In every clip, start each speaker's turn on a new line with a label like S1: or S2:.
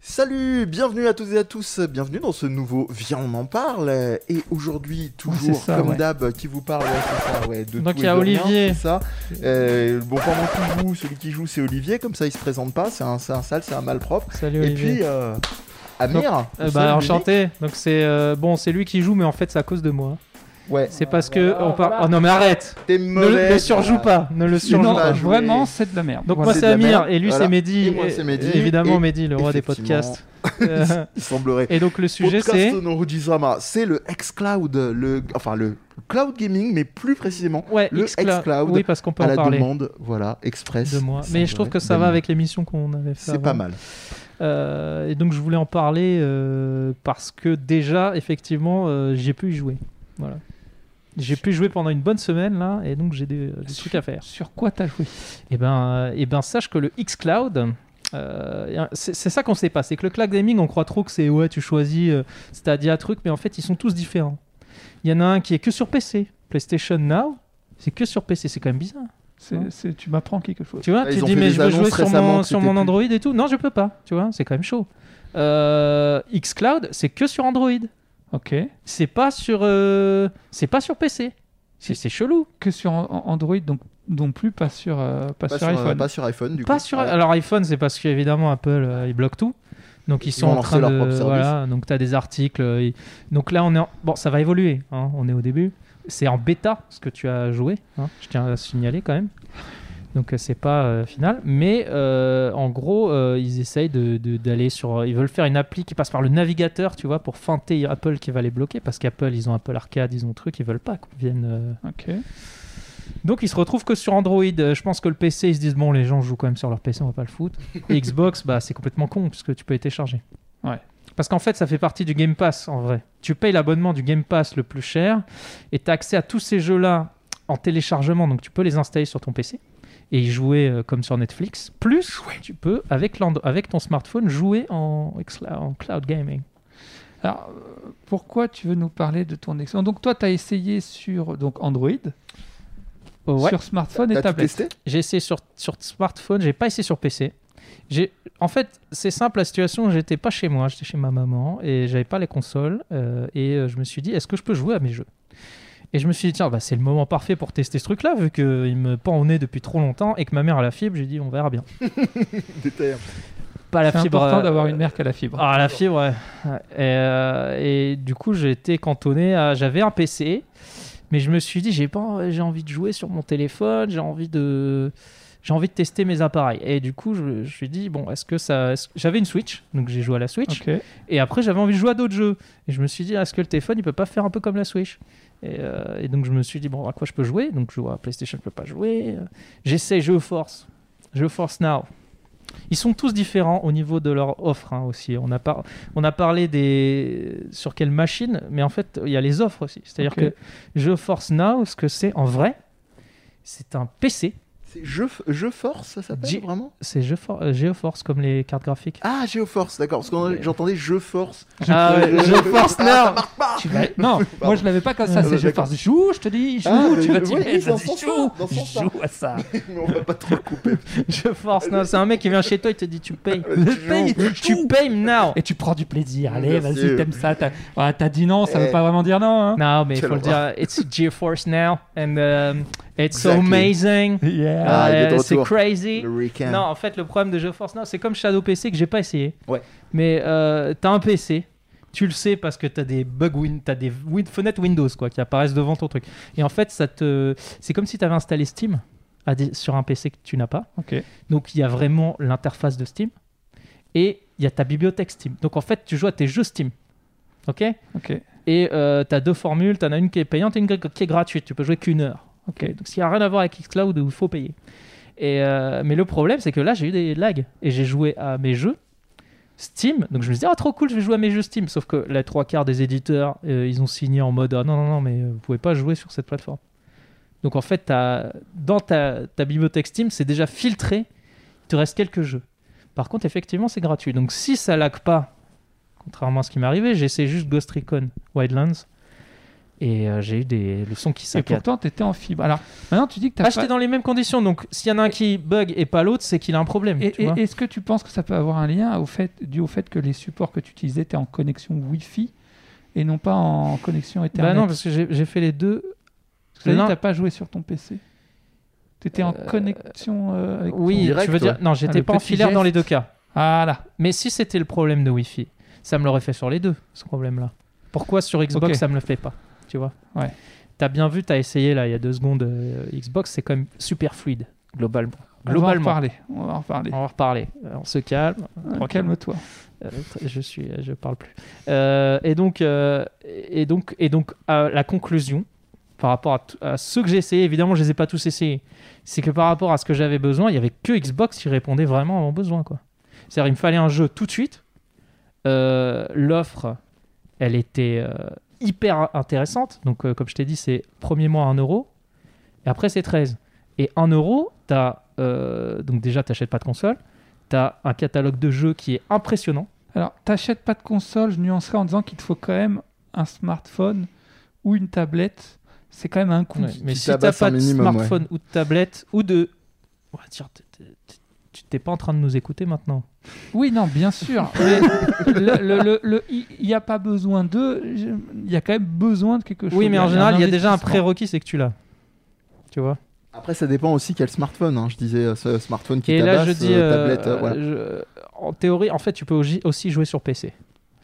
S1: Salut, bienvenue à toutes et à tous, bienvenue dans ce nouveau Viens on en parle et aujourd'hui
S2: c'est
S1: toujours
S2: ça,
S1: comme
S2: ouais.
S1: d'hab qui vous parle ouais, c'est ça, ouais, de
S2: Donc,
S1: tout
S2: il y
S1: et
S2: a
S1: de rien,
S2: Olivier.
S1: c'est ça. Euh, bon pendant qu'il joue, celui qui joue c'est Olivier, comme ça il se présente pas, c'est un, c'est un sale, c'est un malpropre.
S2: Salut
S1: Et
S2: Olivier.
S1: puis euh, Amir,
S2: Euh,
S1: le seul
S2: bah,
S1: unique.
S2: enchanté. Donc c'est euh, bon, c'est lui qui joue, mais en fait c'est à cause de moi.
S1: Ouais,
S2: C'est parce que on par- Oh non mais arrête.
S1: t'es
S2: Ne le-
S1: mauvais.
S2: ne surjoue pas, ne le surjoue
S1: Non,
S2: pas.
S1: joué.
S3: vraiment, c'est de la merde.
S2: Donc
S1: Voilà,
S2: moi
S1: c'est
S2: c'est
S1: de la
S2: Amir
S1: merde.
S2: et lui
S1: Voilà.
S2: c'est Mehdi.
S1: Et moi,
S2: Et-
S1: c'est Mehdi.
S2: Évidemment
S1: Et
S2: Mehdi, le roi des
S1: effectivement,
S2: podcasts. Euh,
S1: Il semblerait.
S2: et donc le sujet c'est
S1: Podcast Noruji Zama, c'est le xCloud, le enfin le cloud gaming mais plus précisément
S2: ouais
S1: le
S2: Xcloud.
S1: xCloud
S2: Oui parce qu'on peut
S1: à
S2: en
S1: la
S2: parler
S1: demande, voilà, express.
S2: de
S1: il
S2: moi. Mais je
S1: semblerait,
S2: trouve que ça va
S1: d'Amir.
S2: avec hein. l'émission qu'on avait fait.
S1: C'est pas
S2: avant.
S1: mal.
S2: Euh, et donc je voulais en parler euh, parce que déjà, effectivement, euh, j'ai pu y jouer. Voilà. J'ai pu y jouer pendant une bonne semaine là, et donc j'ai des, des trucs à faire.
S3: Sur quoi t'as joué
S2: Et ben, euh, et ben sache que le xCloud. euh, c'est c'est ça qu'on sait pas, c'est que le cloud gaming, on croit trop que c'est ouais, tu choisis euh, Stadia truc, mais en fait ils sont tous différents. Il y en a un qui est que sur PC, PlayStation Now, c'est que sur PC, c'est quand même bizarre.
S3: C'est-
S2: Non.
S3: c'est- Tu m'apprends quelque chose.
S2: Tu vois,
S1: Ah,
S2: tu
S1: ils ont
S2: dis
S1: fait
S2: mais
S1: des
S2: je veux jouer
S1: annonces
S2: sur
S1: récemment
S2: mon,
S1: que
S2: sur
S1: c'était
S2: mon
S1: plus-
S2: Android et tout. Non, je peux pas. Tu vois, c'est quand même chaud. Euh, xCloud, c'est que sur Android.
S3: Ok.
S2: C'est pas sur, euh, c'est pas sur PC. C'est c'est chelou.
S3: Que sur an- an- Android, donc non plus, pas sur, euh, pas sur
S1: euh,
S3: iPhone.
S1: pas sur iPhone, du
S2: Pas
S1: coup. Ah
S2: sur.
S1: Voilà.
S2: Alors iPhone, c'est parce qu'évidemment Apple, euh, ils bloquent tout. Donc ils sont
S1: vont
S2: en
S1: lancer
S2: train
S1: leur
S2: de.
S1: propre service.
S2: Voilà. Donc t'as des articles. euh, ils- Donc là, on est. en- Bon, ça va évoluer. hein, On est au début. C'est en bêta ce que tu as joué. hein, Je tiens à signaler quand même. Donc euh, c'est pas euh, final, mais euh, en gros euh, ils essayent de- de- d'aller sur, ils veulent faire une appli qui passe par le navigateur, tu vois, pour feinter Apple qui va les bloquer parce qu'Apple ils ont Apple Arcade, ils ont truc, ils veulent pas qu'on vienne. euh,
S3: Ok.
S2: donc ils se retrouvent que sur Android. Euh, Je pense que le PC, ils se disent bon, les gens jouent quand même sur leur PC, on va pas le foutre. Et Xbox, bah c'est complètement con puisque tu peux les télécharger.
S3: Ouais.
S2: Parce qu'en fait, ça fait partie du Game Pass en vrai. Tu payes l'abonnement du Game Pass le plus cher et tu as accès à tous ces jeux-là en téléchargement, donc tu peux les installer sur ton PC et y jouer euh, comme sur Netflix. Plus tu peux, avec, l'and- avec ton smartphone, jouer en, xcla- en cloud gaming.
S3: Alors, euh, pourquoi tu veux nous parler de ton excellent Donc, toi, tu as essayé sur donc, Android,
S2: Ouais.
S3: sur smartphone et
S1: T'as tout
S3: tablette.
S1: testé
S2: J'ai essayé sur, sur smartphone, j'ai pas essayé sur PC. J'ai, en fait, c'est simple la situation. J'étais pas chez moi, j'étais chez ma maman et j'avais pas les consoles. euh, et euh, je me suis dit, est-ce que je peux jouer à mes jeux Et je me suis dit, tiens, bah, c'est le moment parfait pour tester ce truc-là, vu qu'il me pend au nez depuis trop longtemps et que ma mère a la fibre. J'ai dit, on verra bien.
S1: Détail.
S2: Pas la
S3: C'est
S2: fibre.
S3: important
S2: euh,
S3: d'avoir une mère qui a la fibre.
S2: ah, la fibre, ouais. Ouais. Et, euh, et du coup, j'ai été cantonné à. J'avais un PC, mais je me suis dit, j'ai pas, j'ai envie de jouer sur mon téléphone, j'ai envie de. J'ai envie de tester mes appareils. Et du coup, je je me suis dit, bon, est-ce que ça. est-ce- J'avais une Switch, donc j'ai joué à la Switch.
S3: Ok.
S2: Et après, j'avais envie de jouer à d'autres jeux. Et je me suis dit, ah, est-ce que le téléphone, il peut pas faire un peu comme la Switch et, euh, et donc, je me suis dit, bon, à quoi je peux jouer Donc, je vois à PlayStation, je peux pas jouer. J'essaie Jeux Force. Jeux Force Now. Ils sont tous différents au niveau de leur offre hein, aussi. On a, par- on a parlé des sur quelle machine, mais en fait, il y a les offres aussi. C'est-à-dire
S3: Ok.
S2: que Jeux Force Now, ce que c'est en vrai, c'est un PC.
S1: C'est Jeu, Jeu Force, ça s'appelle
S2: J-
S1: vraiment
S2: C'est Jeux For- euh, GeoForce comme les cartes graphiques.
S1: Ah, Géoforce, d'accord, parce que
S2: Ouais.
S1: j'entendais Jeu Force.
S2: Ah, ouais, Jeux Force Now. Tu vas-
S3: Non, moi je l'avais pas comme ça,
S1: Ah, bah,
S3: c'est je
S1: d'accord.
S3: force du chou, je te dis, joue,
S1: Ah,
S3: tu
S1: mais
S3: vas t'y
S1: oui,
S3: mettre,
S1: dans
S3: vas-y,
S1: ce sens-là,
S3: joue,
S1: dans ce sens-là.
S3: joue à ça.
S1: Mais on va pas trop le couper.
S2: Je force, non, c'est un mec qui vient chez toi, il te dit tu payes.
S1: Ah,
S3: Je paye,
S2: Tu payes now
S3: Et tu prends du plaisir, allez,
S1: Merci.
S3: vas-y, t'aimes ça. T'as ouais, t'as dit non, ça
S1: Eh.
S3: veut pas vraiment dire non. Hein.
S2: Non, mais il faut le
S1: Quelle
S2: dire, it's GeForce now, and um, it's so
S1: Exactly.
S2: amazing,
S3: Yeah.
S1: Ah, il est de
S2: Uh, c'est
S1: retour.
S2: crazy.
S1: Le week-end.
S2: Non, en fait, le problème de GeForce Now, c'est comme Shadow PC que j'ai pas essayé.
S1: Ouais.
S2: Mais euh, t'as un PC, tu le sais parce que t'as des bug win, t'as des win- fenêtres Windows quoi qui apparaissent devant ton truc. Et en fait, ça te, c'est comme si t'avais installé Steam à des- sur un PC que tu n'as pas.
S3: Ok.
S2: Donc il y a vraiment l'interface de Steam et il y a ta bibliothèque Steam. Donc en fait, tu joues à tes jeux Steam. OK
S3: Ok.
S2: Et euh, tu as deux formules, tu en as une qui est payante et une qui est gratuite. Tu peux jouer qu'une heure. OK Donc s'il n'y a rien à voir avec Xcloud où il faut payer. Et, euh, mais le problème, c'est que là, j'ai eu des lags et j'ai joué à mes jeux. Steam, donc je me disais, ah trop cool, je vais jouer à mes jeux Steam. Sauf que les trois quarts des éditeurs, euh, ils ont signé en mode, ah non, non, non, mais euh, vous pouvez pas jouer sur cette plateforme. Donc en fait, t'as- dans ta, ta bibliothèque Steam, c'est déjà filtré il te reste quelques jeux. Par contre, effectivement, c'est gratuit. Donc si ça lag pas, contrairement à ce qui m'est arrivé, j'essaie juste Ghost Recon Wildlands. Et euh, j'ai eu des, le son qui
S3: Et
S2: saccade.
S3: pourtant, t'étais en fibre. Alors, maintenant, tu dis que t'as
S2: Acheté
S3: pas...
S2: Ah, dans les mêmes conditions, donc s'il y en a un qui bug et pas l'autre, c'est qu'il a un problème.
S3: Et-
S2: tu
S3: et-
S2: vois.
S3: Est-ce que tu penses que ça peut avoir un lien au fait, dû au fait que les supports que tu utilisais étaient en connexion Wi-Fi et non pas en connexion Ethernet
S2: bah non, parce que j'ai j'ai fait les deux.
S3: Parce que t'as dit
S2: l'un-
S3: que t'as pas joué sur ton PC. T'étais en connexion euh, avec
S1: En
S2: Oui,
S1: direct,
S2: tu veux dire. Non, j'étais
S3: le
S2: pas en
S3: petit
S2: filaire dans les
S3: geste.
S2: deux cas.
S3: ton- Voilà.
S2: Mais si c'était le problème de Wi-Fi, ça me l'aurait fait sur les deux, ce problème-là. Pourquoi sur Xbox
S3: Ok.
S2: ça me le fait pas Tu vois
S3: Ouais.
S2: T'as bien vu, t'as essayé là il y a deux secondes euh, Xbox, c'est quand même super fluide, globalement.
S3: Globalement. On va en
S2: Globalement.
S3: reparler. On va en reparler.
S2: On va en reparler. Euh, On se calme.
S3: Euh, Calme-toi.
S2: Euh, tr- je suis, je parle plus. Euh, et donc, euh, et donc, et donc, à la conclusion par rapport à, t- à ceux que j'ai essayé, évidemment, je les ai pas tous essayés. C'est que par rapport à ce que j'avais besoin, il y avait que Xbox qui répondait vraiment à mon besoin, quoi. C'est-à-dire, il me fallait un jeu tout de suite. Euh, L'offre, elle était euh, hyper intéressante. Donc, euh, comme je t'ai dit, c'est premier mois à 1 euro, et après c'est 13. Et 1 euro, t'as euh, donc déjà t'achètes pas de console, t'as un catalogue de jeux qui est impressionnant.
S3: Alors, t'achètes pas de console, je nuancerai en disant qu'il te faut quand même un smartphone ou une tablette. C'est quand même un coût.
S2: Ouais, mais
S1: tu
S2: si t'as
S1: tabasses
S2: pas
S1: un
S2: de
S1: minimum, ouais.
S2: smartphone ou de tablette ou de. On va dire, t'es- t'es- t'es- tu t'es pas en train de nous écouter maintenant.
S3: Oui, non, bien sûr. Mais le- le- le- le- Il n'y a pas besoin d'eux. je- Il y a quand même besoin de quelque chose.
S2: Oui, mais en
S3: un
S2: général, il y a déjà un
S3: investissement.
S2: prérequis, c'est que tu l'as. Tu vois
S1: Après, ça dépend aussi quel smartphone. hein. Je disais euh, ce smartphone qui
S2: Et là,
S1: tabasse,
S2: je dis.
S1: euh,
S2: euh,
S1: tablette. euh, voilà.
S2: je- En théorie, en fait, tu peux aussi- aussi jouer sur PC.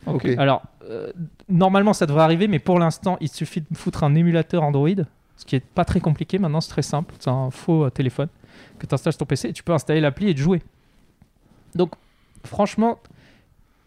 S3: Ok.
S1: Ok.
S2: Alors, euh, normalement, ça devrait arriver, mais pour l'instant, il suffit de foutre un émulateur Android, ce qui est pas très compliqué maintenant, c'est très simple. C'est un faux euh, téléphone que tu installes sur ton PC et tu peux installer l'appli et te jouer. Donc, franchement,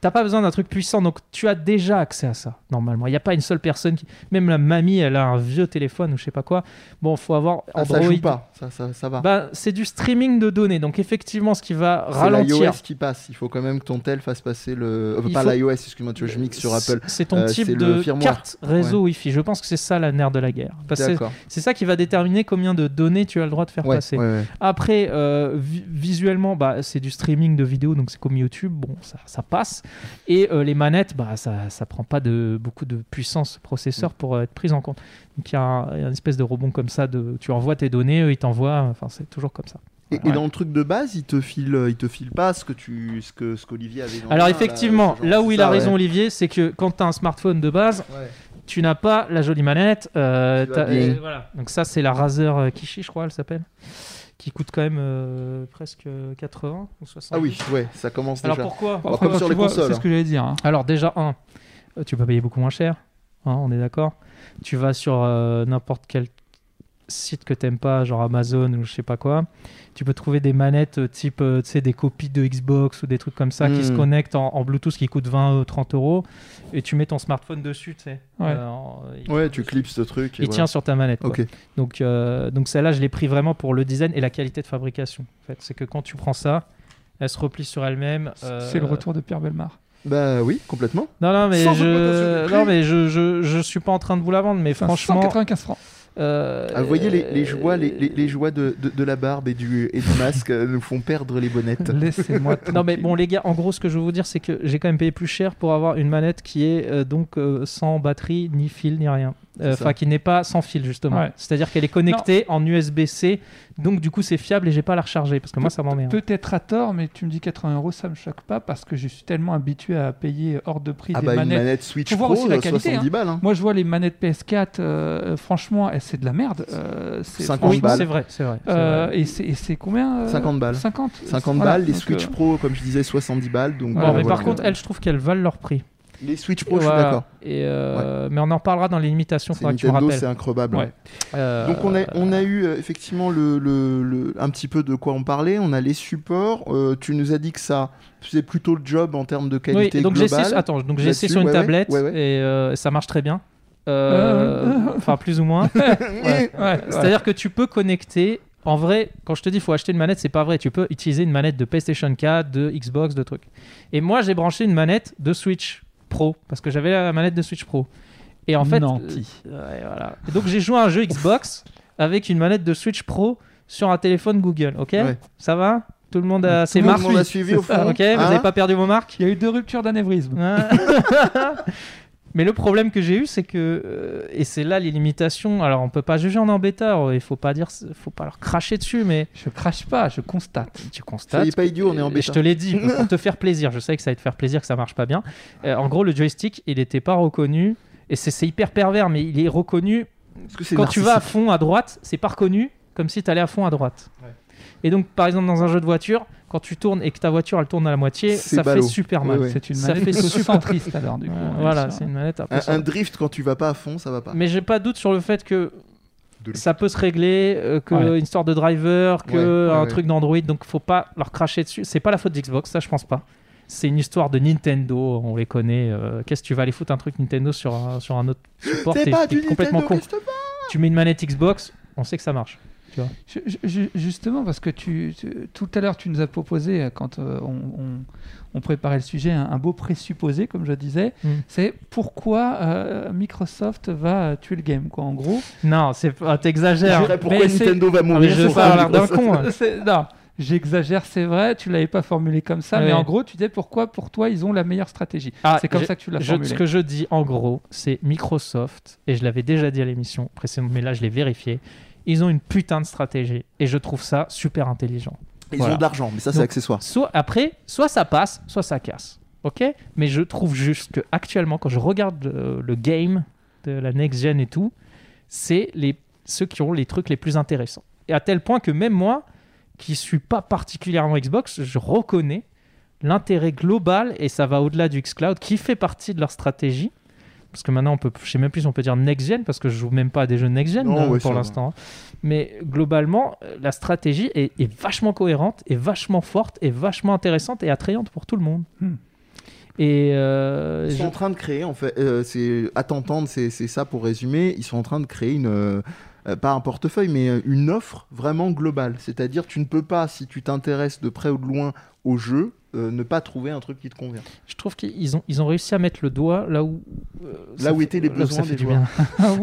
S2: t'as pas besoin d'un truc puissant, donc tu as déjà accès à ça, normalement. Il n'y a pas une seule personne qui. Même la mamie, elle a un vieux téléphone ou je sais pas quoi. Bon, faut avoir
S1: Ah,
S2: Android.
S1: ça joue pas. Ça, ça, ça va.
S2: Bah, c'est du streaming de données, donc effectivement, ce qui va
S1: c'est
S2: ralentir.
S1: l'iOS qui passe. Il faut quand même que ton tel fasse passer le. euh,
S2: Il
S1: pas
S2: faut-
S1: l'iOS, excuse-moi, tu vois, je mixe sur Apple.
S2: C'est ton
S1: Euh,
S2: type
S1: c'est le
S2: de
S1: firmware.
S2: carte réseau Wi-Fi. Je pense que c'est ça la nerf de la guerre. Parce que
S1: D'accord.
S2: c'est ça qui va déterminer combien de données tu as le droit de faire
S1: Ouais,
S2: passer.
S1: ouais, ouais.
S2: Après, euh, vi- visuellement, bah, c'est du streaming de vidéos, donc c'est comme YouTube, bon, ça, ça passe. Et euh, les manettes, bah, ça, ça prend pas de, beaucoup de puissance processeur
S1: Mm.
S2: pour euh, être prise en compte. Donc il y a un- il y a une espèce de rebond comme ça, de, tu envoies tes données, eux, ils t'envoient, enfin c'est toujours comme ça.
S1: Et, et
S2: Ouais.
S1: dans le truc de base, il te file, euh, il te file pas ce que tu, ce que, ce qu'Olivier avait. dans
S2: Alors
S1: le main, là,
S2: effectivement,
S1: ce genre-
S2: là où
S1: euh, c'est
S2: il a
S1: ça, ouais.
S2: raison Olivier, c'est que quand tu as un smartphone de base,
S1: Ouais.
S2: tu n'as pas la jolie manette. euh,
S1: Tu
S2: t'as-
S1: vas bien.
S2: euh, voilà. Donc ça, c'est la Razer euh, Kishi, je crois, elle s'appelle, qui coûte quand même euh, presque euh, 80 ou 60.
S1: Ah oui, ouais, ça commence
S2: Alors
S1: déjà.
S2: pourquoi
S1: Bon, comme
S3: quand
S1: sur
S3: tu
S1: les
S3: vois,
S1: consoles,
S3: C'est ce que j'allais dire. hein.
S2: Alors déjà, un, euh, tu peux payer beaucoup moins cher, hein, on est d'accord. Tu vas sur euh, n'importe quel site que t'aimes pas, genre Amazon ou je sais pas quoi. Tu peux trouver des manettes euh, type, euh, tu sais, des copies de Xbox ou des trucs comme ça qui
S1: Mm.
S2: se connectent en, en Bluetooth qui coûtent 20, euh, 30 euros et tu mets ton smartphone dessus, tu sais.
S3: Ouais.
S2: Euh, en- il-
S1: Ouais, tu clips ce truc. et
S2: Il
S1: voilà.
S2: tient sur ta manette. quoi.
S1: Ok.
S2: Donc, euh, donc celle-là, je l'ai pris vraiment pour le design et la qualité de fabrication. En fait. C'est que quand tu prends ça, elle se replie sur elle-même. euh,
S3: C'est le retour de Pierre Belmar.
S1: Bah oui, complètement.
S2: Non, non, mais
S1: Sans augmentation de
S2: je,
S1: prix.
S2: non, mais je, je, je suis pas en train de vous la vendre, mais
S3: Enfin,
S2: franchement.
S3: 195 francs.
S2: euh,
S1: Ah, vous voyez les, les joies, les, les, les joies de, de, de la barbe et du, et du masque euh, nous font perdre les bonnettes.
S3: Laissez-moi.
S2: Non mais
S3: tranquille.
S2: bon les gars, en gros ce que je veux vous dire c'est que j'ai quand même payé plus cher pour avoir une manette qui est euh, donc euh, sans batterie, ni fil, ni rien. Euh,
S1: C'est ça.
S2: Enfin qui n'est pas sans fil justement.
S3: Ouais.
S2: C'est-à-dire qu'elle est connectée en USB-C, donc du coup c'est fiable et j'ai pas à la recharger parce que moi ça m'emmerde.
S3: Peut-être à tort, mais tu me dis 80 euros, ça me choque pas parce que je suis tellement habitué à payer hors de prix
S1: Ah
S3: des
S1: bah une
S3: manettes.
S1: manette Switch
S3: Faut voir
S1: Pro,
S3: aussi la
S1: euh,
S3: qualité,
S1: 70 balles. hein.
S3: Moi, je vois les manettes PS4, euh, franchement, eh, c'est de la merde. euh, c'est
S1: 50
S2: Oui
S3: franchement,
S1: balles.
S2: c'est vrai, c'est vrai. c'est
S3: euh,
S2: vrai.
S3: et c'est- et c'est combien euh,
S1: 50 balles.
S3: 50,
S1: 50
S3: Voilà,
S1: balles, les
S3: donc,
S1: Switch
S3: euh,
S1: Pro, comme je disais, 70 balles. Donc,
S2: Bon,
S1: euh,
S2: mais
S1: voilà.
S2: par contre, elles, je trouve qu'elles valent leur prix.
S1: les Switch Pro, Oh, je
S2: Voilà.
S1: suis d'accord.
S2: Et euh, Mais on en reparlera dans les limitations,
S1: C'est
S2: faudra que tu me
S1: Nintendo,
S2: rappelles.
S1: c'est increvable.
S3: Ouais.
S2: Euh,
S1: Donc on a, on a eu euh, effectivement le, le- le- un petit peu de quoi on parlait. On a les supports. Euh, tu nous as dit que ça faisait plutôt le job en termes de
S2: Oui,
S1: qualité
S2: donc j'ai essayé,
S1: globale.
S2: attends, donc j'ai
S1: là-dessus,
S2: essayé sur une
S1: ouais, ouais,
S2: tablette
S1: ouais, ouais.
S2: et euh, ça marche très bien. Euh,
S3: Euh.
S2: Enfin, plus ou moins.
S1: Ouais.
S3: Ouais, ouais.
S2: C'est-à-dire que tu peux connecter. En vrai, quand je te dis faut acheter une manette, c'est pas vrai. Tu peux utiliser une manette de PlayStation 4, de Xbox, de trucs. Et moi, j'ai branché une manette de Switch Pro parce que j'avais la manette de Switch Pro. Et en fait,
S3: Nanti.
S2: euh, ouais, voilà. Et donc j'ai joué à un jeu Xbox avec une manette de Switch Pro sur un téléphone Google. Ok,
S1: Ouais.
S2: ça va Tout le monde a ses
S1: Tout
S2: marques. Ah,
S1: le monde a suivi au fond.
S2: Ok, vous
S1: Hein
S2: avez pas perdu vos marques
S3: Il y a eu deux ruptures d'anévrisme.
S2: Hein Mais le problème que j'ai eu, c'est que, euh, et c'est là les limitations, alors on peut pas juger en en bêta, euh, il faut pas dire, faut pas leur cracher dessus, mais
S3: Je crache pas, je constate.
S2: tu
S1: Soyez
S2: constates.
S1: pas idiot, on est en
S2: et
S1: bêta.
S2: Je te l'ai dit, pour te faire plaisir, je sais que ça va te faire plaisir que ça marche pas bien. Euh, en gros, le joystick, il était pas reconnu, et c'est c'est hyper pervers, mais il est reconnu
S1: Parce que c'est
S2: quand tu vas à
S1: narcissique.
S2: fond à droite, c'est pas reconnu comme si tu allais à fond à droite.
S1: Ouais.
S2: Et donc, par exemple, dans un jeu de voiture, quand tu tournes et que ta voiture elle tourne à la moitié,
S1: C'est
S2: ça
S1: ballot.
S2: fait super mal.
S1: Ouais, ouais.
S3: C'est une
S2: Ça fait
S3: manette
S2: super-
S3: centriste alors du coup.
S2: Euh,
S3: on est
S2: voilà,
S3: sur-
S2: c'est une manette. un peu
S1: un, un
S2: sans-
S1: drift quand tu vas pas à fond, ça va pas.
S2: Mais j'ai pas de doute sur le fait que
S4: De lui.
S2: ça peut se régler, euh, que
S3: Ouais.
S2: une histoire de driver, que
S1: Ouais, ouais,
S2: un
S1: ouais.
S2: truc d'Android, donc faut pas leur cracher dessus. C'est pas la faute d'Xbox, ça je pense pas. C'est une histoire de Nintendo, on les connaît. euh, Qu'est-ce que tu vas aller foutre un truc Nintendo sur un, sur un autre support
S1: C'est
S2: T'es-
S1: pas
S2: t'es
S1: du
S2: complètement
S1: Nintendo,
S2: con.
S1: qu'est-ce que t'as
S2: Tu mets une manette Xbox, on sait que ça marche.
S3: Je- je- je- justement, parce que tu, tu- tout à l'heure, tu nous as proposé, euh, quand euh, on, on- on préparait le sujet, un, un beau présupposé, comme je disais,
S2: Mm.
S3: c'est pourquoi euh, Microsoft va euh, tuer le game, quoi, en gros.
S2: Non, c'est pas, t'exagères.
S1: Je dirais pourquoi
S3: mais c'est-
S1: Nintendo va
S2: Ah, mais
S1: mourir
S2: je
S1: sur
S2: vais pas avoir l'air d'un
S1: Microsoft.
S2: con. hein.
S3: C'est- non, j'exagère, c'est vrai, tu l'avais pas formulé comme ça, mais
S2: Ouais.
S3: en gros, tu disais pourquoi, pour toi, ils ont la meilleure stratégie.
S2: Ah,
S3: c'est comme
S2: j'ai-
S3: ça que tu l'as
S2: Je-
S3: formulé.
S2: ce que je dis en gros, c'est Microsoft, et je l'avais déjà dit à l'émission précédente, mais là je l'ai vérifié, ils ont une putain de stratégie, et je trouve ça super intelligent.
S1: Ils
S2: Voilà.
S1: ont de l'argent, mais ça c'est
S2: Donc-
S1: accessoire.
S2: Soit après, soit ça passe, soit ça casse, ok Mais je trouve juste que actuellement, quand je regarde euh, le game de la next gen et tout, c'est les ceux qui ont les trucs les plus intéressants. Et à tel point que même moi, qui suis pas particulièrement Xbox, je reconnais l'intérêt global et ça va au-delà du xCloud qui fait partie de leur stratégie. Parce que maintenant, on peut, je sais même plus si on peut dire next-gen parce que je joue même pas à des jeux next-gen
S1: Non,
S2: hein,
S1: ouais, ça
S2: pour
S1: va.
S2: l'instant. hein. Mais globalement, euh, la stratégie est, est vachement cohérente, est vachement forte, est vachement intéressante et attrayante pour tout le monde.
S3: Hmm.
S2: Et euh,
S1: Ils sont
S2: je-
S1: en train de créer, en fait, euh, c'est à t'entendre, c'est c'est ça pour résumer. Ils sont en train de créer une, euh, euh, pas un portefeuille, mais euh, une offre vraiment globale. C'est-à-dire, tu ne peux pas, si tu t'intéresses de près ou de loin au jeu, euh, ne pas trouver un truc qui te convient.
S2: je trouve qu'ils ont, ils ont réussi à mettre le doigt là où euh,
S1: Là
S2: ça
S1: où
S2: fait-
S1: étaient les
S2: là où ça
S1: besoins
S2: fait
S1: des
S2: du
S1: joueurs.
S2: bien.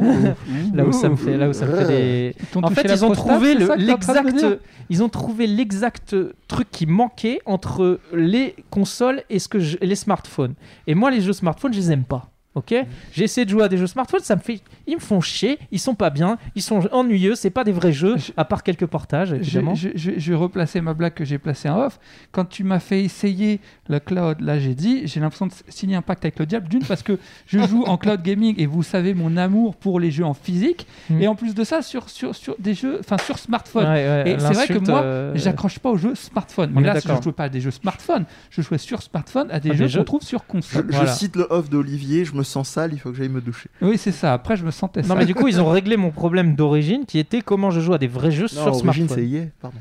S2: là où ça me fait, là où ça me fait des,
S3: Ils t'ont
S2: En
S3: touché
S2: fait,
S3: la
S2: ils ont
S3: prostate,
S2: trouvé
S3: c'est
S2: le-
S3: ça que t'es en train de me
S2: l'exact.
S3: dire
S2: Ils ont trouvé l'exact truc qui manquait entre les consoles et ce que je- les smartphones. Et moi, les jeux smartphones, je les aime pas. Ok, j'ai essayé de jouer à des jeux smartphones, ça me fait, ils me font chier, ils sont pas bien, ils sont ennuyeux, c'est pas des vrais jeux,
S3: Je-
S2: à part quelques portages
S3: Je,
S2: évidemment.
S3: je- je- je vais replacer ma blague que j'ai placée en off. Quand tu m'as fait essayer le cloud, là j'ai dit, j'ai l'impression de signer un pacte avec le diable. D'une, parce que je joue en cloud gaming et vous savez mon amour pour les jeux en physique.
S2: Mm.
S3: Et en plus de ça, sur, sur, sur des jeux, enfin sur smartphone.
S2: Ouais, ouais,
S3: Et c'est vrai que
S2: l'insulte,
S3: moi,
S2: euh,
S3: J'accroche pas aux jeux smartphone.
S2: On
S3: Mais
S2: est
S3: là, je
S2: d'accord.
S3: ne jouais pas à des jeux smartphone. Je jouais sur smartphone à des
S2: Ah, des
S3: jeux
S2: jeux-
S3: qu'on trouve sur
S1: Je,
S3: console.
S1: je
S2: Voilà.
S1: cite le off d'Olivier, je me sens sale, il faut que j'aille me doucher.
S3: Oui, c'est ça. Après, je me sentais
S2: Non
S3: sale.
S2: mais du coup, ils ont réglé mon problème d'origine, qui était comment je joue à des vrais jeux
S1: Non,
S2: sur
S1: Origin,
S2: smartphone.
S1: c'est EA, pardon.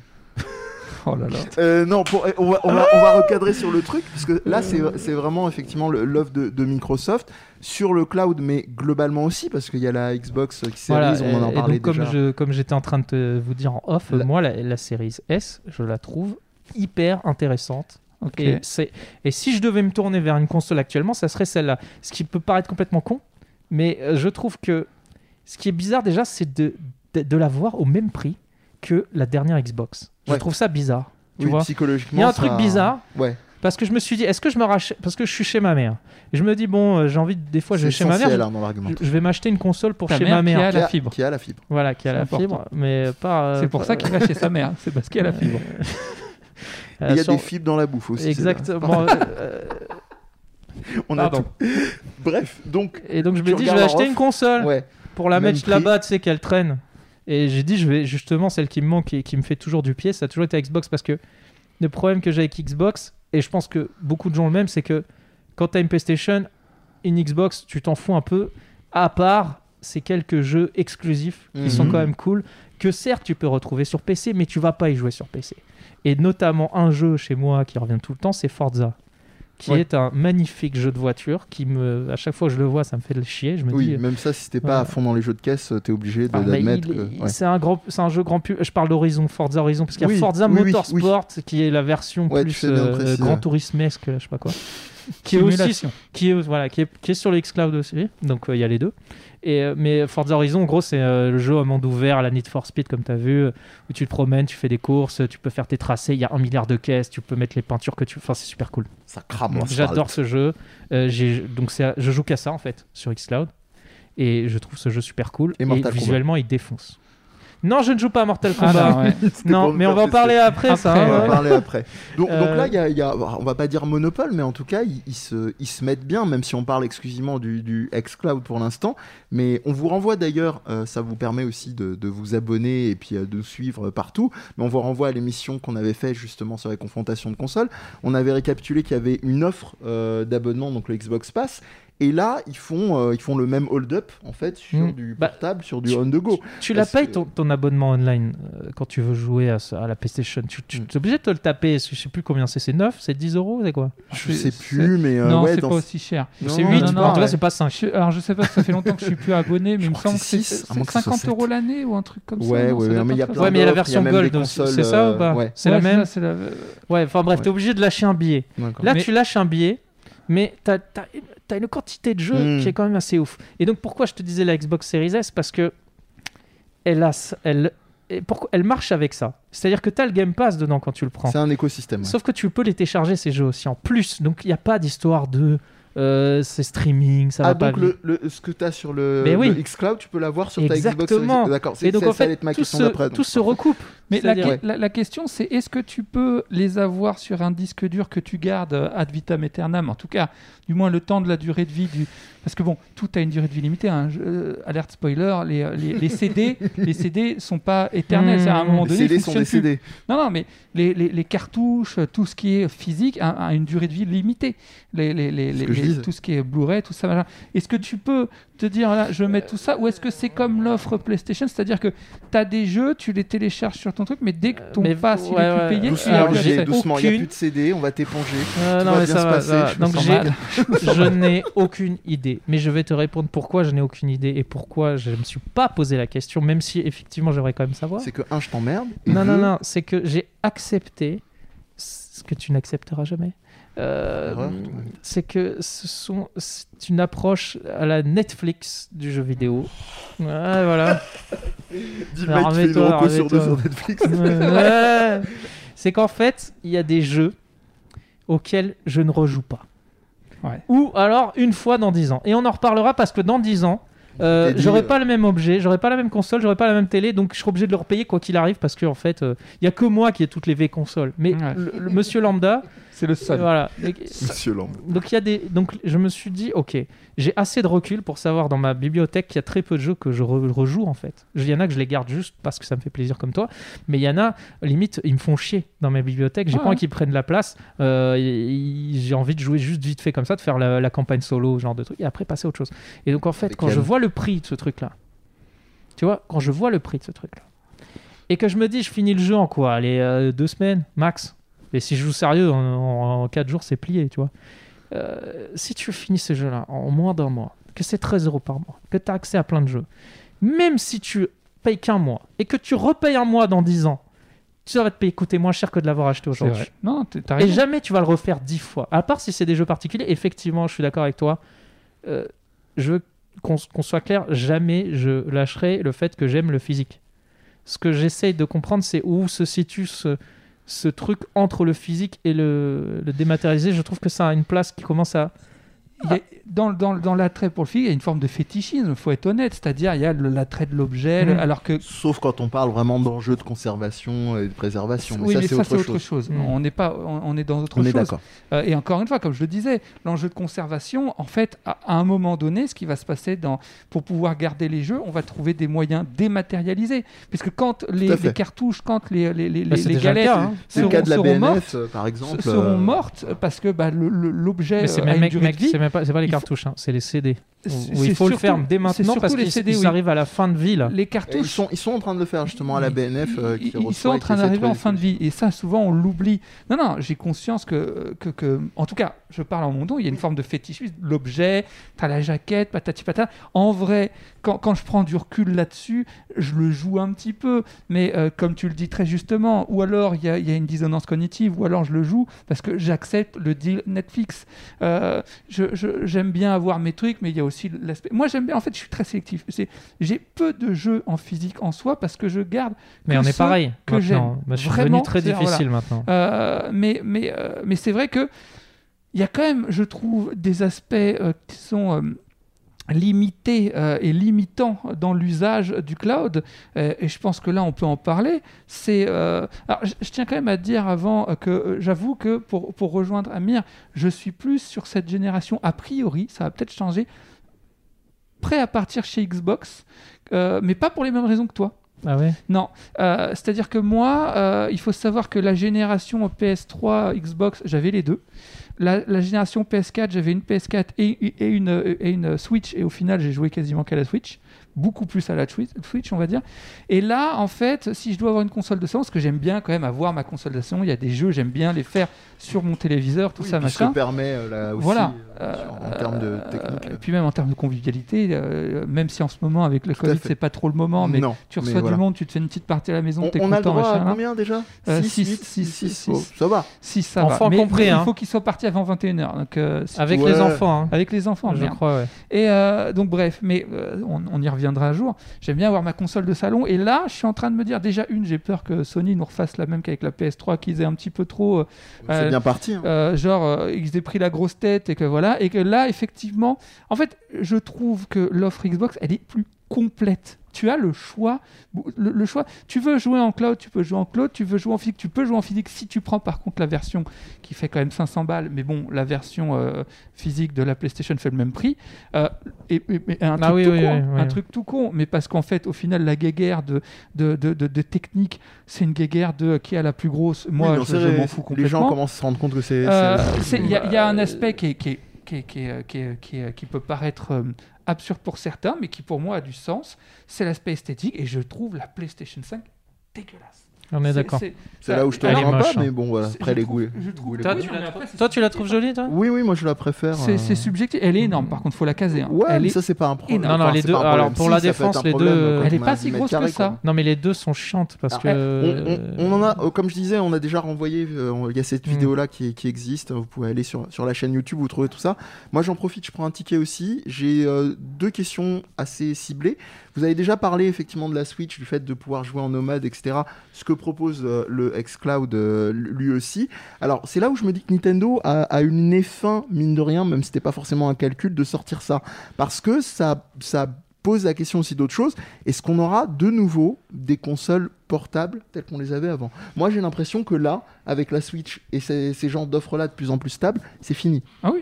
S3: Oh là là.
S1: Euh, non, pour- euh, on, va, on va- on va recadrer sur le truc, parce que là, c'est c'est vraiment effectivement le- l'offre de, de Microsoft sur le cloud, mais globalement aussi, parce qu'il y a la Xbox qui s'est
S2: Voilà,
S1: mise, on en a
S2: et- et
S1: parlé
S2: donc, comme
S1: déjà.
S2: je- Comme j'étais en train de te- vous dire en off,
S1: La-
S2: moi, la, la série S, je la trouve hyper intéressante.
S3: Ok.
S2: Et, c'est- et si je devais me tourner vers une console actuellement, ça serait celle-là. Ce qui peut paraître complètement con, mais euh, je trouve que ce qui est bizarre déjà, c'est de, de, de la voir au même prix que la dernière Xbox. Je
S1: Ouais.
S2: trouve ça bizarre. Tu
S1: Oui,
S2: vois
S1: psychologiquement.
S2: Il y a un
S1: ça-
S2: truc bizarre.
S1: Ouais.
S2: Parce que je me suis dit, est-ce que je me rachète Parce que je suis chez ma mère. Et je me dis, bon, euh, j'ai envie, de- des fois, je vais
S1: C'est
S2: chez ma mère,
S1: essentiel,
S2: je,
S1: hein, dans l'argument.
S2: je Ah, vais m'acheter une console pour
S3: Ta
S2: chez
S3: mère
S2: ma
S3: qui
S2: mère.
S3: a la
S1: Qui a-
S3: fibre.
S1: Qui a la fibre.
S2: Voilà, qui a
S3: C'est
S2: la
S3: important.
S2: fibre, mais pas. euh,
S3: C'est pour
S2: pas-
S3: ça qu'il va chez sa mère. C'est parce qu'il a la fibre.
S2: euh,
S1: Et Il y a
S2: sur-
S1: des fibres dans la bouffe aussi. c'est
S2: Exactement. euh,
S1: vrai. On a
S2: pardon.
S1: tout. Bref, donc.
S2: Et donc je me
S1: Tu
S2: dis, je
S1: regardes
S2: vais
S1: en
S2: acheter
S1: off.
S2: une console
S1: Ouais.
S2: pour la
S1: Même
S2: mettre
S1: prix.
S2: là-bas, tu sais qu'elle traîne. Et j'ai dit, je vais justement celle qui me manque et qui me fait toujours du pied, ça a toujours été Xbox parce que le problème que j'ai avec Xbox, et je pense que beaucoup de gens le même, c'est que quand t'as une PlayStation, une Xbox, tu t'en fous un peu, à part ces quelques jeux exclusifs qui sont
S1: Mhm.
S2: quand même cool, que certes tu peux retrouver sur PC, mais tu vas pas y jouer sur PC. Et notamment un jeu chez moi qui revient tout le temps, c'est Forza, qui
S1: Ouais.
S2: est un magnifique jeu de voiture qui me, à chaque fois que je le vois, ça me fait le chier. Je me dis, euh,
S1: Oui, même ça, si t'es pas à fond dans les jeux de caisse, euh, t'es obligé de-
S2: ah, mais
S1: d'admettre
S2: il-
S1: que.
S2: il-
S1: ouais.
S2: C'est un grand, c'est un jeu grand public. Je parle d'Horizon, Forza Horizon, parce qu'il y a
S1: Oui,
S2: Forza
S1: oui, oui,
S2: Motorsport qui est la version
S1: Ouais, tu
S2: plus
S1: fais bien de
S2: euh,
S1: préciser,
S2: Grand
S1: ouais.
S2: Tourismesque, je sais pas quoi. qui est aussi
S3: Simulation.
S2: qui est voilà qui est, qui est sur le xCloud aussi donc euh, il y a les deux et euh, mais Forza Horizon en gros c'est euh, le jeu à monde ouvert la Need for Speed comme tu as vu euh, où tu te promènes tu fais des courses tu peux faire tes tracés il y a un milliard de caisses tu peux mettre les peintures que tu enfin c'est super cool
S1: Ça crame l'asphalte.
S2: j'adore ce jeu Euh, j'ai donc c'est- je joue qu'à ça en fait sur xCloud et je trouve ce jeu super cool
S1: Et Mortal Kombat.
S2: visuellement il défonce non je ne joue pas à Mortal
S3: Ah,
S2: Kombat
S3: non, ouais.
S1: C'était
S2: non
S1: pour me
S2: mais on
S1: faire
S2: va en
S1: tester.
S2: parler après, ça
S3: Après,
S1: On
S2: hein,
S1: va
S2: ouais.
S1: en parler après. Donc,
S2: Euh,
S1: donc là, il y a- il y a- on va pas dire monopole, mais en tout cas, ils, ils se, ils se mettent bien, même si on parle exclusivement du, du xCloud pour l'instant. Mais on vous renvoie d'ailleurs, euh, ça vous permet aussi de, de vous abonner et puis euh, de nous suivre partout. Mais on vous renvoie à l'émission qu'on avait fait justement sur les confrontations de consoles. On avait récapitulé qu'il y avait une offre euh, d'abonnement, donc le Xbox Pass. Et là, ils font, euh, ils font le même hold-up en fait sur
S2: Mm.
S1: du
S2: Bah,
S1: portable, sur du on-the-go.
S2: Tu la
S1: Parce
S2: payes
S1: que-
S2: ton, ton abonnement online euh, quand tu veux jouer à, ce- à la PlayStation. Tu, tu
S1: Mm.
S2: es obligé de te le taper. Je sais plus combien c'est. C'est 9 C'est 10 euros C'est quoi
S1: Je sais
S3: C'est-
S1: plus, mais euh,
S3: non,
S1: ouais,
S3: c'est
S1: dans-
S3: pas aussi cher.
S1: Non,
S2: C'est
S1: non,
S2: 8.
S1: non,
S2: en
S1: non,
S2: tout cas,
S1: ouais.
S2: c'est pas 5.
S3: Je- alors je sais pas, ça fait longtemps que je suis plus abonné, mais
S1: Je
S3: il me
S1: crois que
S3: semble que
S1: c'est
S3: c'est
S1: six, à moins
S3: c'est
S1: que ce soit
S3: 50 euros
S1: sept.
S3: l'année ou un truc comme ça.
S1: Ouais,
S3: non,
S1: ouais,
S3: ça doit
S1: ouais, mais il y a
S3: être
S1: plein
S3: un truc
S2: Ouais, mais il y a la
S1: d'offres,
S2: version
S1: même des
S2: Gold aussi,
S1: consoles,
S2: c'est ça
S1: euh,
S2: ou pas
S1: ouais.
S2: C'est la
S3: Ouais,
S2: même.
S3: ça, c'est la-
S2: Ouais, enfin bref,
S1: Ouais.
S2: t'es obligé de lâcher un billet.
S1: D'accord.
S2: Là,
S3: Mais-
S2: tu lâches un billet, mais t'as as, une quantité de jeux
S1: Mm.
S2: qui est quand même assez ouf. Et donc, pourquoi je te disais la Xbox Series S Parce que elle, a, ce- elle, et pourquoi, elle marche avec ça. C'est-à-dire que t'as le Game Pass dedans quand tu le prends.
S1: C'est un écosystème. ouais.
S2: Sauf que tu peux les télécharger ces jeux aussi en plus. Donc il n'y a pas d'histoire de euh, c'est streaming, ça
S1: ah,
S2: va pas
S1: donc
S2: vite.
S1: le, le- ce que tu as sur le,
S2: Mais oui.
S1: le xCloud, tu peux l'avoir sur ta Xbox
S2: Exactement.
S1: Series. D'accord, c'est
S2: Et donc
S1: ça-
S2: en
S1: ça allait
S2: fait,
S1: être ma
S2: tout
S1: question
S2: se,
S1: d'après.
S2: tout se recoupe.
S3: Mais la,
S2: C'est-à-dire-
S3: que- la- la question, c'est est-ce que tu peux les avoir sur un disque dur que tu gardes euh, ad vitam aeternam En tout cas, du moins le temps de la durée de vie du. Parce que bon, tout a une durée de vie limitée. hein. Je- euh, alerte spoiler, les, euh, les, les CD, les CD sont pas éternels.
S2: Mmh.
S3: C'est-à-dire, à un moment
S1: Les
S3: donné, ils
S1: CD sont
S3: fonctionnent plus.
S1: décédés.
S3: Non, non, mais les, les- les cartouches, euh, tout ce qui est physique a, a une durée de vie limitée. Les, les- les-
S1: ce
S3: les-
S1: que je
S3: les-
S1: disais.
S3: tout ce qui est Blu-ray, tout ça. machin. Est-ce que tu peux te dire, là, je mets tout ça, ou est-ce que c'est comme l'offre PlayStation, c'est-à-dire que tu as des jeux, tu les télécharges sur ton truc, mais dès que ton
S2: Euh, mais-
S3: pass il
S2: ouais,
S3: est
S2: ouais.
S3: plus payé,
S1: Doucement,
S2: alors,
S1: Roger,
S2: j'ai
S1: doucement, il n'y a
S2: aucune-
S1: plus de CD, on va t'éponger.
S2: Euh,
S1: Tout
S2: non,
S1: va
S2: mais
S1: bien
S2: ça
S1: se
S2: va.
S1: passer,
S2: ça
S1: je
S2: va.
S1: me
S2: Donc
S3: sens
S2: j'ai-
S3: mal.
S2: je n'ai aucune idée. Mais je vais te répondre pourquoi je n'ai aucune idée et pourquoi je ne me suis pas posé la question, même si effectivement j'aimerais quand même savoir.
S1: C'est que, un, je t'emmerde. et
S2: Non, non,
S1: deux,
S2: non, c'est que j'ai accepté ce que tu n'accepteras jamais. Euh,
S1: Erreur, ouais.
S2: c'est que ce sont, c'est une approche à la Netflix du jeu vidéo. Ouais, voilà.
S1: Dis
S2: Alors,
S1: mec, il fait une
S2: remets-toi,
S1: reco sur deux
S2: remets-toi.
S1: sur Netflix.
S2: Ouais. c'est qu'en fait, il y a des jeux auxquels je ne rejoue pas.
S3: Ouais.
S2: Ou alors une fois dans 10 ans. Et on en reparlera parce que dans 10 ans, euh,
S1: T'es dit,
S2: j'aurai
S1: euh,
S2: pas le même objet, j'aurai pas la même console, j'aurai pas la même télé, donc je serai obligé de le repayer quoi qu'il arrive parce que en fait, euh, il y a que moi qui ai toutes les V consoles. Mais
S3: Ouais.
S2: le, le monsieur lambda,
S3: c'est le
S2: euh,
S3: seul.
S2: voilà. Et-
S1: Monsieur Lamb.
S2: Donc il y a des, donc je me suis dit, ok, j'ai assez de recul pour savoir dans ma bibliothèque qu'il y a très peu de jeux que je re- rejoue en fait. Il y en a que je les garde juste parce que ça me fait plaisir comme toi, mais il y en a limite ils me font chier dans ma bibliothèque. J'ai
S3: Ouais.
S2: pas envie qu'ils prennent la place. Euh, et- et j'ai envie de jouer juste vite fait comme ça, de faire la, la campagne solo, ce genre de truc, et après passer à autre chose. Et donc en fait,
S1: Avec
S2: quand je
S1: Yann.
S2: vois le prix de ce truc là, tu vois, quand je vois le prix de ce truc là, et que je me dis, je finis le jeu en quoi, les deux semaines max. Et si je joue sérieux, en- en, en 4 jours, c'est plié, tu vois. Euh, si tu finis ce jeu-là en moins d'un mois, que c'est 13 euros par mois, que tu as accès à plein de jeux, même si tu payes qu'un mois et que tu repayes un mois dans 10 ans, ça va te payer- coûter moins cher que de l'avoir acheté
S3: C'est
S2: aujourd'hui.
S3: vrai. Non, t'es- t'as
S2: Et
S3: raison.
S2: jamais tu vas le refaire 10 fois. À part si c'est des jeux particuliers, effectivement, je suis d'accord avec toi. Euh, je veux qu'on qu'on soit clair, jamais je lâcherai le fait que j'aime le physique. Ce que j'essaye de comprendre, c'est où se situe ce, ce truc entre le physique et le, le dématérialisé. Je trouve que ça a une place qui commence à.
S3: Il y a- dans, dans, dans l'attrait pour le film, il y a une forme de fétichisme, faut être honnête. C'est-à-dire, il y a le- l'attrait de l'objet, le-
S2: Mm.
S3: alors que
S1: Sauf quand on parle vraiment d'enjeux de conservation et de préservation. Mais
S3: oui,
S1: ça,
S3: mais
S1: c'est
S3: ça,
S1: autre,
S3: c'est autre,
S1: chose.
S3: chose.
S2: Mm.
S3: On n'est pas, on, on est dans autre
S1: On est
S3: chose.
S1: d'accord.
S3: Euh, et encore une fois, comme je le disais, l'enjeu de conservation, en fait, à, à un moment donné, ce qui va se passer dans, pour pouvoir garder les jeux, on va trouver des moyens dématérialisés. Puisque quand les,
S1: à fait.
S3: les cartouches, quand les, les, les,
S2: Bah, c'est
S3: les
S2: déjà le
S3: galettes
S2: cas, hein.
S1: C'est le cas
S3: seront,
S1: de la
S3: seront
S1: BNF,
S3: mortes,
S1: euh, par exemple.
S3: se- seront
S1: euh,
S3: mortes euh, parce que bah, le- le- l'objet
S2: Mais c'est
S3: euh, a
S2: même,
S3: une
S2: mec,
S3: durée
S2: mec,
S3: de vie.
S2: c'est même pas, c'est pas les
S3: il faut-
S2: cartouches, hein, c'est les CD. où il faut le faire dès maintenant parce qu'ils
S3: qu'ils
S2: ils arrivent à la fin de vie là.
S3: Les
S1: Et Ils
S3: cartouches.
S1: sont, ils sont en train de le faire justement à la
S3: Ils-
S1: BNF. euh, qui
S3: ils- ils
S1: reçoit
S3: sont en
S1: et qui
S3: train
S1: essaie de
S3: d'arriver
S1: trouver
S3: en
S1: des
S3: fin de vie. Et ça, souvent, on l'oublie. Non, non, j'ai conscience que, que, que- En tout cas, je parle en mon nom, il y a une forme de fétichisme. L'objet, t'as la jaquette, patati patata. En vrai, quand, quand je prends du recul là-dessus, je le joue un petit peu. Mais euh, comme tu le dis très justement, ou alors il y a, il y a une dissonance cognitive, ou alors je le joue parce que j'accepte le deal Netflix. Euh, je- je- j'aime bien avoir mes trucs, mais il y a aussi l'aspect. Moi, j'aime bien. En fait, je suis très sélectif. C'est- J'ai peu de jeux en physique en soi parce que je garde.
S2: Mais on
S3: que
S2: est
S3: ceux
S2: pareil.
S3: que
S2: maintenant.
S3: j'aime.
S2: Moi, je suis
S3: Vraiment,
S2: devenu très
S3: c'est-à-dire,
S2: difficile maintenant.
S3: Euh, mais mais, euh, mais c'est vrai que il y a quand même, je trouve, des aspects euh, qui sont euh, limités euh, et limitants dans l'usage du cloud. Euh, et je pense que là, on peut en parler. C'est, euh, alors, je, je tiens quand même à dire avant euh, que euh, j'avoue que pour, pour rejoindre Amir, je suis plus sur cette génération a priori, ça va peut-être changer, prêt à partir chez Xbox, euh, mais pas pour les mêmes raisons que toi.
S2: Ah ouais
S3: Non, Euh, c'est-à-dire que moi, euh, il faut savoir que la génération PS3, Xbox, j'avais les deux. La, la génération PS4, j'avais une PS4 et, et une, et une Switch, et au final, j'ai joué quasiment qu'à la Switch, beaucoup plus à la Twi- Switch, on va dire. Et là, en fait, si je dois avoir une console de salon, parce que j'aime bien quand même avoir ma console de salon, il y a des jeux, j'aime bien les faire sur mon téléviseur, tout
S1: Oui,
S3: ça,
S1: puis ce
S3: machin.
S1: que permet euh, là aussi,
S3: Voilà. euh,
S1: euh, sur- en termes de technique.
S3: Et puis même en termes de convivialité, euh, même si en ce moment avec le
S1: à
S3: Covid
S1: fait.
S3: c'est pas trop le moment, mais
S1: non,
S3: tu
S1: mais
S3: reçois
S1: voilà.
S3: du monde, tu te fais une petite partie à la maison,
S1: On,
S3: t'es
S1: on a le
S3: content,
S1: droit à
S3: machin, là.
S1: combien déjà
S3: Euh,
S1: 6,
S3: six,
S1: 8,
S3: six, oh.
S1: 6,
S3: six,
S1: 6.
S3: six.
S1: ça va.
S3: Si ça
S2: Enfants
S3: va. Mais
S2: compris,
S3: il
S2: hein.
S3: faut qu'ils soient partis avant 21h. Donc, euh, si-
S2: Avec
S1: Ouais.
S2: les enfants. hein.
S3: avec les enfants,
S2: Je
S3: bien.
S2: crois, ouais.
S3: Et euh, donc, bref, mais euh, on, on y reviendra un jour. J'aime bien avoir ma console de salon. Et là, je suis en train de me dire, déjà, une, j'ai peur que Sony nous refasse la même qu'avec la PS3, qu'ils aient un petit peu trop. euh,
S1: C'est
S3: Euh,
S1: bien parti. hein.
S3: euh, genre euh, ils aient pris la grosse tête et que voilà et que là effectivement en fait je trouve que l'offre Xbox elle est plus complète tu as le choix le, le choix tu veux jouer en cloud tu peux jouer en cloud tu veux jouer en physique tu peux jouer en physique si tu prends par contre la version qui fait quand même 500 balles mais bon la version euh, physique de la PlayStation fait le même prix Euh, et, et- et un,
S2: Ah
S3: truc
S2: oui,
S3: tout
S2: oui,
S3: con,
S2: oui, oui.
S3: un truc tout con mais parce qu'en fait au final la guéguerre de, de, de, de- de technique c'est une guéguerre de euh, qui a la plus grosse moi
S1: Oui, mais on
S3: je,
S1: sait,
S3: je m'en fous
S1: Les
S3: complètement
S1: gens commencent à se rendre compte que c'est.
S3: euh,
S1: c'est-
S3: c'est- Il y, a- il y a un aspect qui, est- qui, est- qui, est- qui, est- qui, est- qui est- qui peut paraître euh, absurde pour certains, mais qui pour moi a du sens. C'est l'aspect esthétique, et je trouve la PlayStation 5 dégueulasse.
S2: On est
S3: C'est-
S2: d'accord.
S3: c'est-
S1: C'est là où je te
S3: Elle est
S1: rejoins
S2: moche,
S1: pas,
S2: hein.
S1: mais bon, voilà.
S3: c'est-
S1: Après
S3: je
S1: les
S3: trouve-
S1: goûts.
S3: je trouve-
S1: les
S2: Toi,
S1: goûts.
S3: oui,
S2: tu
S3: non,
S2: la
S3: mais après,
S2: trouves-
S3: c'est
S2: Toi, tu la
S3: subjectif,
S2: trouves Mm.
S3: hein.
S2: jolie, toi
S1: Oui, oui, moi je la préfère.
S3: C'est
S1: euh.
S3: c'est subjectif. Elle est énorme, par contre, faut la caser. hein.
S1: Ouais,
S3: elle
S1: mais
S3: est,
S1: ça c'est pas un problème.
S3: énorme.
S2: Non, non,
S1: Enfin,
S2: les
S1: c'est
S2: deux-
S1: pas un problème.
S2: alors, pour la
S1: ça peut être un
S2: défense, les
S1: problème,
S2: deux-
S1: quand
S3: elle est
S1: on a
S3: pas
S1: 10
S3: si
S1: mètres
S3: grosse que
S1: carrés,
S3: ça.
S1: quoi.
S2: Non, mais les deux sont chiantes parce que.
S1: Après, On, on- on en a, euh, comme je disais, on a déjà renvoyé, euh, on- il y a cette
S2: Mm.
S1: vidéo-là qui, qui existe, vous pouvez aller sur, sur la chaîne YouTube, vous trouvez tout ça. Moi j'en profite, je prends un ticket aussi, j'ai euh, deux questions assez ciblées. Vous avez déjà parlé effectivement de la Switch, du fait de pouvoir jouer en nomade, etc. Ce que propose euh, le xCloud euh, lui aussi. Alors c'est là où je me dis que Nintendo a, a une effin, mine de rien, même si c'était pas forcément un calcul, de sortir ça. Parce que ça... ça pose la question aussi d'autres choses. Est-ce qu'on aura de nouveau des consoles portables telles qu'on les avait avant Moi, j'ai l'impression que là, avec la Switch et ces, ces genres d'offres-là de plus en plus stables, c'est fini.
S3: Ah oui.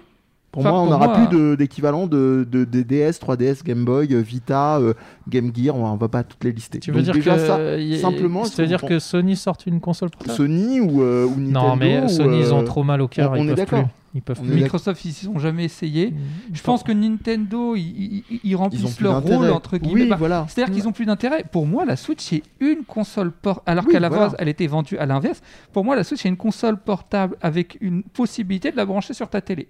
S1: Pour
S3: Enfin,
S1: moi, on
S3: pour
S1: n'aura
S3: moi,
S1: plus
S2: euh,
S1: de- d'équivalent de, de- des DS, 3DS, Game Boy, euh, Vita, euh, Game Gear, on va pas toutes les lister.
S2: Tu veux
S1: Donc
S2: dire
S1: déjà
S2: que.
S1: ça,
S2: y a-
S1: simplement,
S2: Ça
S1: ils
S2: veut dire
S1: sont-
S2: que Sony sorte une console portable
S1: Sony ou, euh, ou Nintendo
S2: Non, mais
S1: ou,
S2: Sony, ils ont
S1: euh,
S2: trop mal au cœur.
S1: on- on
S2: Ils
S1: est
S2: peuvent plus.
S1: d'accord.
S2: Ils peuvent
S1: On
S2: plus.
S1: est
S3: Microsoft, ils n'ont jamais essayé. Je pense que Nintendo, ils, ils- ils- ils
S1: Ils ont
S3: remplissent
S1: plus
S3: leur
S1: d'intérêt.
S3: rôle, entre guillemets.
S2: bah,
S1: Oui,
S3: par-
S1: voilà.
S3: C'est-à-dire qu'ils ont plus d'intérêt. Pour moi, la Switch, c'est une console portable. Alors
S1: Oui,
S3: qu'à la
S1: voilà.
S3: base, elle était vendue à l'inverse. Pour moi, la Switch, c'est une console portable avec une possibilité de la brancher sur ta télé.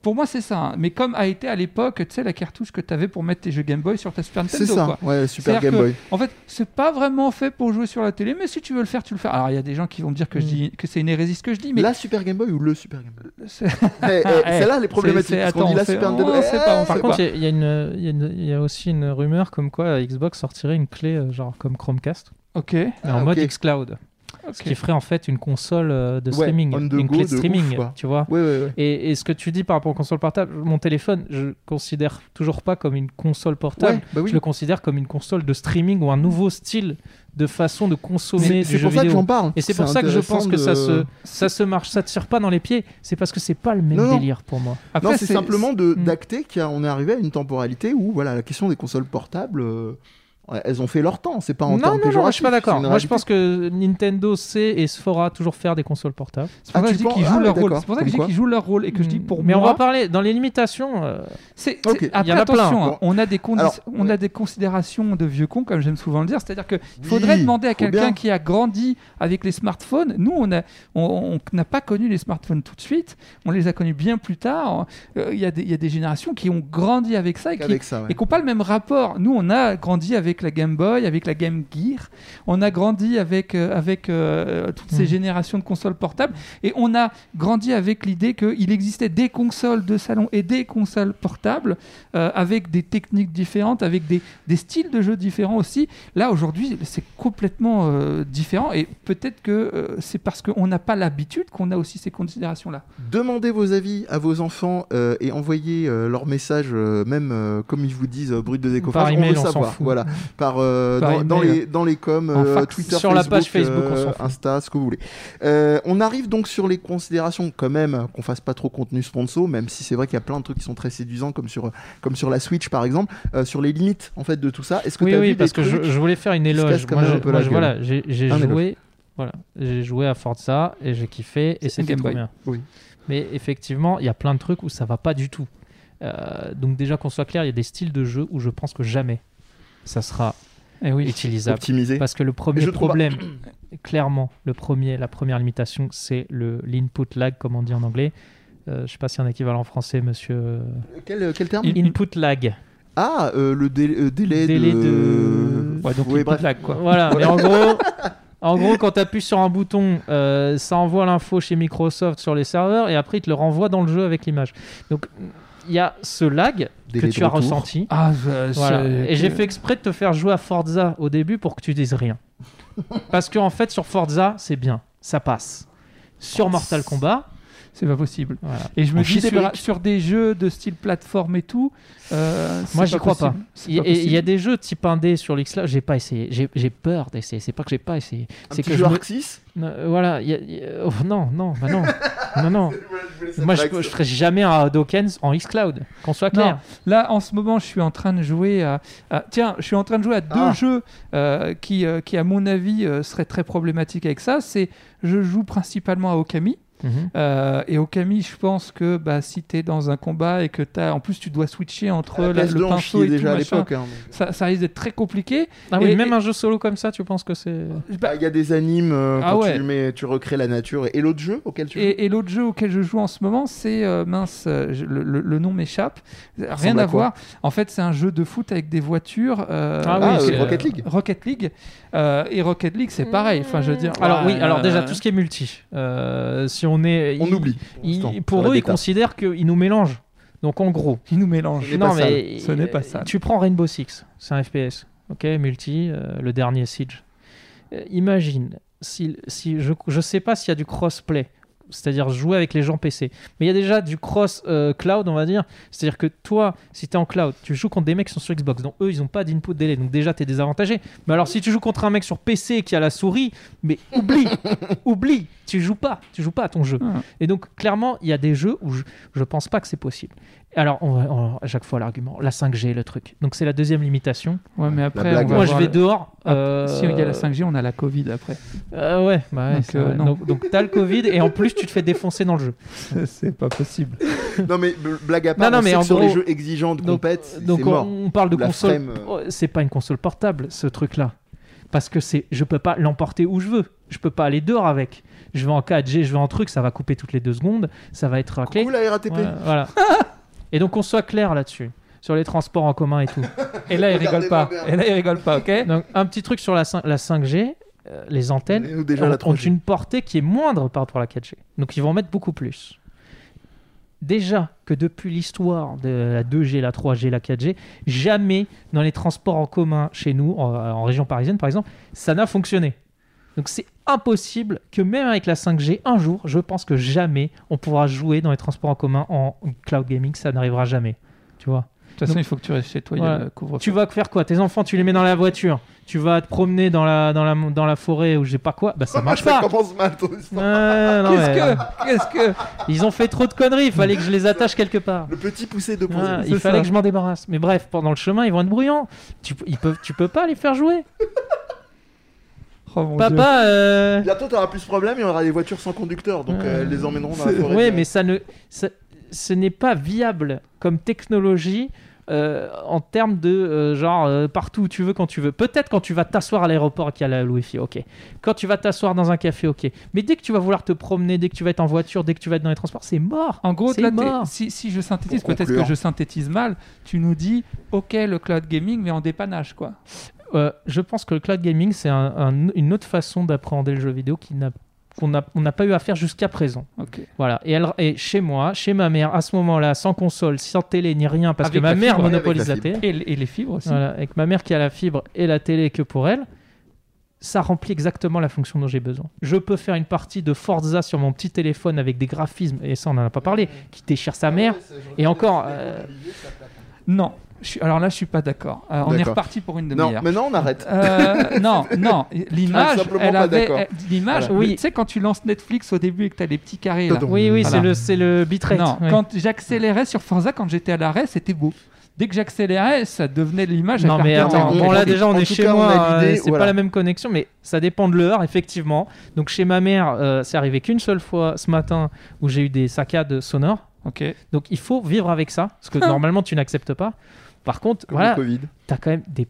S3: Pour moi, c'est ça. hein. Mais comme a été à l'époque, tu sais, la cartouche que tu avais pour mettre tes jeux Game Boy sur ta Super Nintendo.
S1: C'est ça,
S3: quoi.
S1: ouais, Super Game
S3: C'est-à-dire que-
S1: Boy.
S3: En fait, c'est pas vraiment fait pour jouer sur la télé, mais si tu veux le faire, tu le fais. Alors, il y a des gens qui vont me dire que, je
S2: Mm.
S3: dis, que c'est une hérésie ce que je dis, mais
S1: La Super Game Boy ou le Super Game Boy
S3: c'est-
S1: Eh, eh,
S3: eh,
S1: C'est là les problématiques.
S3: c'est-
S1: parce qu'on
S3: attends,
S1: dit la
S3: on sait-
S1: Super
S3: on
S1: Nintendo.
S3: sait pas, on
S1: eh,
S3: sait
S2: Par
S3: C'est
S2: contre, il y, a une- il y a une- il y a aussi une rumeur comme quoi Xbox sortirait une clé euh, genre comme Chromecast,
S3: ok.
S2: mais
S1: Ah,
S2: en mode
S1: ok.
S2: xCloud, ce
S3: ok.
S2: qui ferait en fait une console euh, de
S1: Ouais,
S2: streaming,
S1: on the
S2: une
S1: go
S2: clé de
S1: de ouf,
S2: streaming,
S1: quoi.
S2: tu vois.
S1: Ouais, ouais, ouais.
S2: Et, et ce que tu dis par rapport aux consoles portables, mon téléphone, je considère toujours pas comme une console portable.
S1: Ouais, bah oui.
S2: Je le considère comme une console de streaming ou un nouveau style de façon de consommer
S1: C'est
S2: du
S1: c'est
S2: jeu
S1: pour ça que
S2: vidéo.
S1: j'en parle.
S2: Et c'est pour ça que je pense que ça se,
S1: intéressant de-
S2: ça se marche, ça te tire pas dans les pieds. C'est parce que c'est pas le même
S1: Non, non.
S2: délire pour moi.
S3: Après,
S1: Non, c'est simplement de-
S2: Mm.
S1: d'acter qu'on est arrivé à une temporalité où voilà, la question des consoles portables, euh, Ouais, Elles ont fait leur temps, c'est pas en
S2: Non, non,
S1: termes
S2: non, je suis pas
S1: péjoratifs, Ah, c'est
S2: d'accord.
S1: une
S2: Moi, je
S1: réalité.
S2: pense que Nintendo sait et se fera toujours faire des consoles portables.
S3: C'est pour
S1: Ah,
S3: ça que
S1: tu
S3: je dis qu'ils
S1: penses-
S3: jouent
S1: ah,
S3: leur rôle.
S1: d'accord.
S3: C'est pour ça que
S1: Comme
S3: je dis
S1: quoi. Mm.
S3: qu'ils jouent leur rôle et que je dis pour
S2: Mais on
S3: moi.
S2: va parler dans les limitations. euh,
S3: C'est,
S1: Ok. Il
S3: c'est-
S1: y
S3: Après,
S2: en a plein.
S3: attention, hein,
S1: Bon.
S3: on, a des condi-
S1: Alors,
S3: on a des considérations de vieux cons, comme j'aime souvent le dire. C'est-à-dire qu'il faudrait demander à
S1: faut bien.
S3: quelqu'un qui a grandi avec les smartphones. Nous, on a- on- on n'a pas connu les smartphones tout de suite. On les a connus bien plus tard. Euh, Il y, a des- il y a des générations qui ont grandi avec ça et qui
S1: Avec ça, ouais.
S3: et qui n'ont pas le même rapport. Nous, on a grandi avec la Game Boy, avec la Game Gear, on a grandi avec, euh, avec euh, toutes ces
S2: Mm.
S3: générations de consoles portables, et on a grandi avec l'idée qu'il existait des consoles de salon et des consoles portables, euh, avec des techniques différentes, avec des, des styles de jeux différents aussi. Là, aujourd'hui, c'est complètement euh, différent, et peut-être que euh, c'est parce qu'on n'a pas l'habitude qu'on a aussi ces considérations-là.
S1: Demandez vos avis à vos enfants euh, et envoyez euh, leurs messages, euh, même euh, comme ils vous disent, euh, brut de décoffrage.
S2: Par
S1: on
S2: email,
S1: veut
S2: on s'en
S1: savoir.
S2: fout.
S1: Voilà, par, euh,
S3: Par
S1: dans, dans
S3: email.
S1: les dans les coms,
S3: En
S1: euh,
S3: fax.
S1: Twitter,
S2: Sur la page
S1: Facebook,
S2: Facebook, on s'en fout.
S1: Insta, ce que vous voulez. Euh, on arrive donc sur les considérations, quand même, qu'on fasse pas trop contenu sponsor, même si c'est vrai qu'il y a plein de trucs qui sont très séduisants, comme sur comme sur la Switch par exemple, euh, sur les limites en fait de tout ça. Est-ce que
S2: Oui,
S1: tu as
S2: oui,
S1: vu
S2: parce
S1: des
S2: que je,
S1: trucs
S2: je voulais faire une
S1: qui se
S2: éloge.
S1: cassent quand
S2: Moi,
S1: même
S2: je-
S1: un peu
S2: moi,
S1: la
S2: je-
S1: gueule. Ah,
S2: voilà, j'ai j'ai
S1: Un éloge.
S2: joué, voilà, j'ai joué à Forza et j'ai kiffé et
S3: C'est une
S2: c'était
S3: Game
S2: trop
S3: Boy.
S2: bien.
S1: Oui.
S2: Mais effectivement, il y a plein de trucs où ça va pas du tout. Euh, donc déjà qu'on soit clair, il y a des styles de jeu où je pense que jamais ça sera
S3: Et Eh oui.
S2: utilisable.
S1: optimisé
S2: Parce que le premier
S1: je trouve-
S2: problème, clairement, le premier, la première limitation, c'est le l'input lag, comme on dit en anglais. Euh, je sais pas s'il y a un équivalent en français, monsieur.
S1: Quel, euh, quel terme
S3: Il-
S2: Input lag.
S1: Ah, euh, le dé- euh, délai,
S2: Délai
S1: de.
S2: de-
S3: Ouais, donc,
S1: Oui,
S3: il
S1: bref.
S3: blague, quoi.
S2: Voilà, mais en gros, en gros quand tu appuies sur un bouton, euh, ça envoie l'info chez Microsoft sur les serveurs et après, il te le renvoie dans le jeu avec l'image. Donc, il y a ce lag que
S1: Délai de
S2: tu as
S1: retour.
S2: ressenti.
S3: Ah, je-
S2: Voilà.
S3: c'est-
S2: Et j'ai fait exprès de te faire jouer à Forza au début pour que tu dises rien. Parce qu'en en fait, sur Forza, c'est bien, ça passe. Sur Mortal Kombat,
S3: C'est pas possible.
S2: voilà.
S3: Et je
S1: On
S3: me dis
S1: chie des
S3: sur,
S1: briques.
S3: sur des jeux de style plateforme et tout. euh, c'est
S2: Moi, j'y crois
S3: possible. C'est
S2: il y-
S3: pas
S2: et- il y a
S3: possible.
S2: des jeux type 1D sur l'X-Cloud, j'ai pas essayé, j'ai j'ai peur d'essayer, c'est pas que j'ai pas essayé,
S1: Un
S2: c'est
S1: petit
S2: que
S1: jeu
S2: je me-
S1: Arc 6
S2: Euh, voilà, il y a- il y a- oh, non, non, bah non, non, non. Moi, je, je ferai jamais un Hadoken en xCloud, qu'on soit
S3: Non.
S2: clair.
S3: Là, en ce moment, je suis en train de jouer à. à- tiens, je suis en train de jouer à deux
S1: Ah.
S3: jeux euh, qui, euh, qui, à mon avis, euh, seraient très problématiques avec ça. C'est, je joue principalement à Okami.
S2: Mhm.
S3: Euh, et Okami, je pense que bah, si t'es dans un combat et que t'as, en plus, tu dois switcher entre
S1: La
S3: la-
S1: PS2
S3: le
S1: en
S3: pinceau
S1: chiait
S3: et
S1: déjà
S3: tout
S1: à
S3: machin,
S1: l'époque. hein, donc.
S3: Ça, ça risque d'être très compliqué.
S2: Ah oui,
S3: Et-
S2: même
S3: et-
S2: un jeu solo comme ça, tu penses que c'est.
S1: Bah, Il y a des animes euh,
S3: Ah
S1: quand
S3: ouais.
S1: tu, le mets, tu recrées la nature. Et, et l'autre jeu auquel tu joues
S3: Et, et l'autre jeu auquel je joue en ce moment, c'est euh, mince, euh, je- le, le- le nom m'échappe. Rien
S1: ressemble à
S3: à
S1: quoi
S3: voir. En fait, c'est un jeu de foot avec des voitures. euh,
S2: Ah oui,
S1: Ah, euh,
S2: c'est-
S1: Rocket League.
S3: Rocket League. Euh, et Rocket League, c'est pareil. Enfin, je veux dire.
S2: Mmh. Alors oui,
S3: ouais,
S2: alors
S3: euh,
S2: déjà tout ce qui est multi, euh, si on est,
S1: On
S2: ils-
S1: oublie.
S2: ils-
S1: l'instant,
S2: pour
S1: sur la
S2: eux, ils
S1: bêta.
S2: considèrent qu'ils nous mélangent. Donc en gros,
S3: Ils nous mélangent.
S1: Ce n'est
S2: non
S1: pas ça.
S2: mais
S3: Ce n'est pas ça.
S2: Tu prends Rainbow Six, c'est un FPS, ok, multi, euh, le dernier Siege. Euh, imagine si, si je je sais pas s'il y a du crossplay, c'est-à-dire jouer avec les gens PC, mais il y a déjà du cross euh, cloud, on va dire, c'est-à-dire que toi, si tu es en cloud, tu joues contre des mecs qui sont sur Xbox, donc eux ils ont pas d'input délai, donc déjà tu es désavantagé. Mais alors si tu joues contre un mec sur PC qui a la souris, mais oublie, oublie, tu joues pas, tu joues pas à ton jeu.
S3: Ah.
S2: Et donc clairement, il y a des jeux où je, je pense pas que c'est possible. Alors on, va- on- à chaque fois l'argument, la 5G, le truc. Donc c'est la deuxième limitation.
S3: Ouais, mais après,
S1: blague,
S3: on va
S2: Moi je
S3: voir
S2: vais
S3: le-
S2: dehors.
S3: Ah,
S2: euh,
S3: Si il y a la 5G, on a la Covid après.
S2: euh, ouais, bah ouais,
S3: Donc,
S2: c'est
S3: euh,
S2: vrai.
S3: non.
S2: donc, donc t'as le Covid et en plus tu te fais défoncer dans le jeu.
S3: c'est pas possible.
S1: Non, mais bl- blague à part,
S2: Non, non,
S1: on
S2: mais
S1: sait
S2: en
S1: que sur les
S2: gros-
S1: jeux exigeants de
S2: Donc,
S1: compète, c'est
S2: donc on,
S1: mort.
S2: on parle de
S1: La
S2: console.
S1: frame, euh.
S2: oh, C'est pas une console portable, ce truc-là. Parce que c'est, je peux pas l'emporter où je veux. Je peux pas aller dehors avec. Je vais en 4G, je vais en truc, ça va couper toutes les deux secondes, ça va être raclé.
S1: Coucou la RATP.
S2: Voilà. voilà. et donc on soit clair là-dessus, sur les transports en commun et tout.
S3: Et là, ils rigolent
S1: Regardez-moi
S3: pas.
S1: bien.
S3: Et là, ils rigolent pas, ok
S2: Donc un petit truc sur la, cin- la 5G, euh, les antennes
S1: Nous, déjà,
S2: ont,
S1: la
S2: ont
S1: 3G.
S2: une portée qui est moindre par rapport à la 4G. Donc ils vont en mettre beaucoup plus. Déjà que depuis l'histoire de la 2G, la 3G, la 4G, jamais dans les transports en commun chez nous, en, euh, en région parisienne par exemple, ça n'a fonctionné. Donc c'est impossible que même avec la 5G, un jour, je pense que jamais on pourra jouer dans les transports en commun en cloud gaming, ça n'arrivera jamais. Tu vois
S3: toute façon, il faut que tu restes chez toi, il y
S2: Voilà.
S3: a le couvre-feu.
S2: Tu vas faire quoi Tes enfants, tu les mets dans la voiture. Tu vas te promener dans la, dans la, dans la forêt ou je sais pas quoi. Bah ça marche
S1: Ça
S2: pas.
S1: commence mal ton histoire.
S2: Euh, non,
S3: Qu'est-ce
S2: mais, euh,
S3: que. Qu'est-ce que.
S2: Ils ont fait trop de conneries. Il fallait que je les attache quelque part.
S1: Le petit poussé de bronze.
S2: Voilà,
S3: c'est
S2: il fallait
S3: ça.
S2: que je m'en débarrasse. Mais bref, pendant le chemin, ils vont être bruyants. Tu, ils peuvent, tu peux pas les faire jouer.
S3: Oh, mon Dieu.
S2: Papa, euh,
S1: Bientôt, t'auras plus ce problème, il y aura des voitures sans conducteur, donc
S2: Ouais.
S1: euh, elles les emmèneront dans la
S3: C'est-
S1: forêt.
S2: Ouais, mais ça ne, ça- ce n'est pas viable comme technologie euh, en termes de euh, genre euh, partout où tu veux, quand tu veux. Peut-être quand tu vas t'asseoir à l'aéroport qu'il y a la Wi-Fi, ok. Quand tu vas t'asseoir dans un café, ok. Mais dès que tu vas vouloir te promener, dès que tu vas être en voiture, dès que tu vas être dans les transports, c'est mort.
S3: En gros,
S2: C'est
S3: là, t'es-
S2: mort.
S3: si, si je synthétise,
S1: Pour
S3: peut-être que
S1: conclure.
S3: je synthétise mal, tu nous dis, ok, le cloud gaming, mais en dépannage, quoi.
S2: Euh, je pense que le cloud gaming, c'est un- un- une autre façon d'appréhender le jeu vidéo qui n'a- qu'on n'a on n'a pas eu à faire jusqu'à présent.
S3: Ok.
S2: Voilà. Et, elle, et chez moi, chez ma mère, à ce moment-là, sans console, sans télé, ni rien, parce
S3: Avec
S2: que ma
S3: la
S2: mère
S3: fibre.
S2: monopolise
S1: Avec la
S2: la télé.
S3: Et, l- et les fibres aussi.
S2: Voilà, avec ma mère qui a la fibre et la télé que pour elle, ça remplit exactement la fonction dont j'ai besoin. Je peux faire une partie de Forza sur mon petit téléphone avec des graphismes, et ça on n'en a pas parlé, qui déchire sa mère. Et encore, euh,
S3: Non. Je suis- alors là, je suis pas d'accord. Euh, on est
S1: D'accord.
S3: reparti pour une
S1: Non,
S3: demi-heure.
S1: maintenant on arrête.
S2: Ah,
S3: Euh, non, non, l'image,
S1: Ah, simplement
S3: elle
S1: pas
S3: avait,
S1: d'accord.
S3: elle- l'image,
S2: Voilà.
S3: oui, tu sais quand tu lances Netflix au début et que t'as les petits carrés là.
S1: Dodon.
S2: oui, oui,
S3: Voilà.
S2: c'est le, c'est le bitrate.
S3: Non,
S2: ouais.
S3: quand j'accélérais sur Forza, quand j'étais à l'arrêt, c'était beau. Dès que j'accélérais, ça devenait
S1: Ah,
S3: l'image.
S2: Non,
S3: à
S2: mais
S3: faire
S2: attends,
S1: on-
S2: bon
S1: on-
S2: là
S1: on-
S2: déjà on
S1: en
S2: est
S1: tout
S2: chez
S1: cas, on
S2: moi,
S1: a
S2: euh,
S1: l'idée,
S2: c'est
S1: voilà.
S2: pas la même connexion, mais ça dépend de l'heure effectivement. Donc chez ma mère, euh, c'est arrivé qu'une seule fois ce matin où j'ai eu des saccades sonores.
S3: Ok.
S2: Donc il faut vivre avec ça, parce que normalement tu n'acceptes pas. Par contre,
S1: Comme
S2: voilà,
S1: le Covid.
S2: t'as quand même des.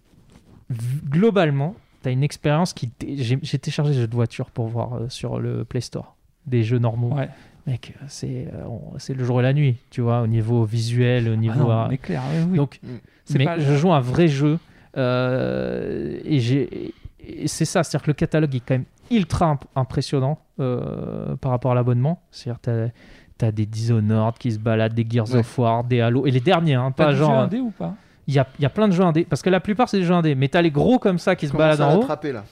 S2: Globalement, t'as une expérience qui. dé- J'ai j'ai téléchargé des jeux de voiture pour voir euh, sur le Play Store des jeux normaux.
S3: Ouais.
S2: Mec, euh, c'est euh, on- c'est le jour et la nuit, tu vois, au niveau visuel, au
S3: Ah
S2: niveau.
S3: non,
S2: euh,
S3: mais clair. oui, oui.
S2: Donc,
S3: C'est
S2: Mm. mais
S3: pas-
S2: je joue à un vrai jeu euh, et j'ai. et C'est ça, c'est-à-dire que le catalogue est quand même ultra imp- impressionnant euh, par rapport à l'abonnement. C'est-à-dire que t'as as des Dishonored qui se baladent, des Gears
S1: Ouais.
S2: of War, des Halo, et les derniers, hein,
S3: T'as
S2: pas
S3: déjà
S2: genre.
S3: un dé ou pas
S2: Il y a, il y a plein de jeux indés, parce que la plupart c'est des jeux indés, mais t'as les gros comme ça qui se
S1: Commence
S2: baladent
S1: à
S2: en haut.
S1: l'attraper là.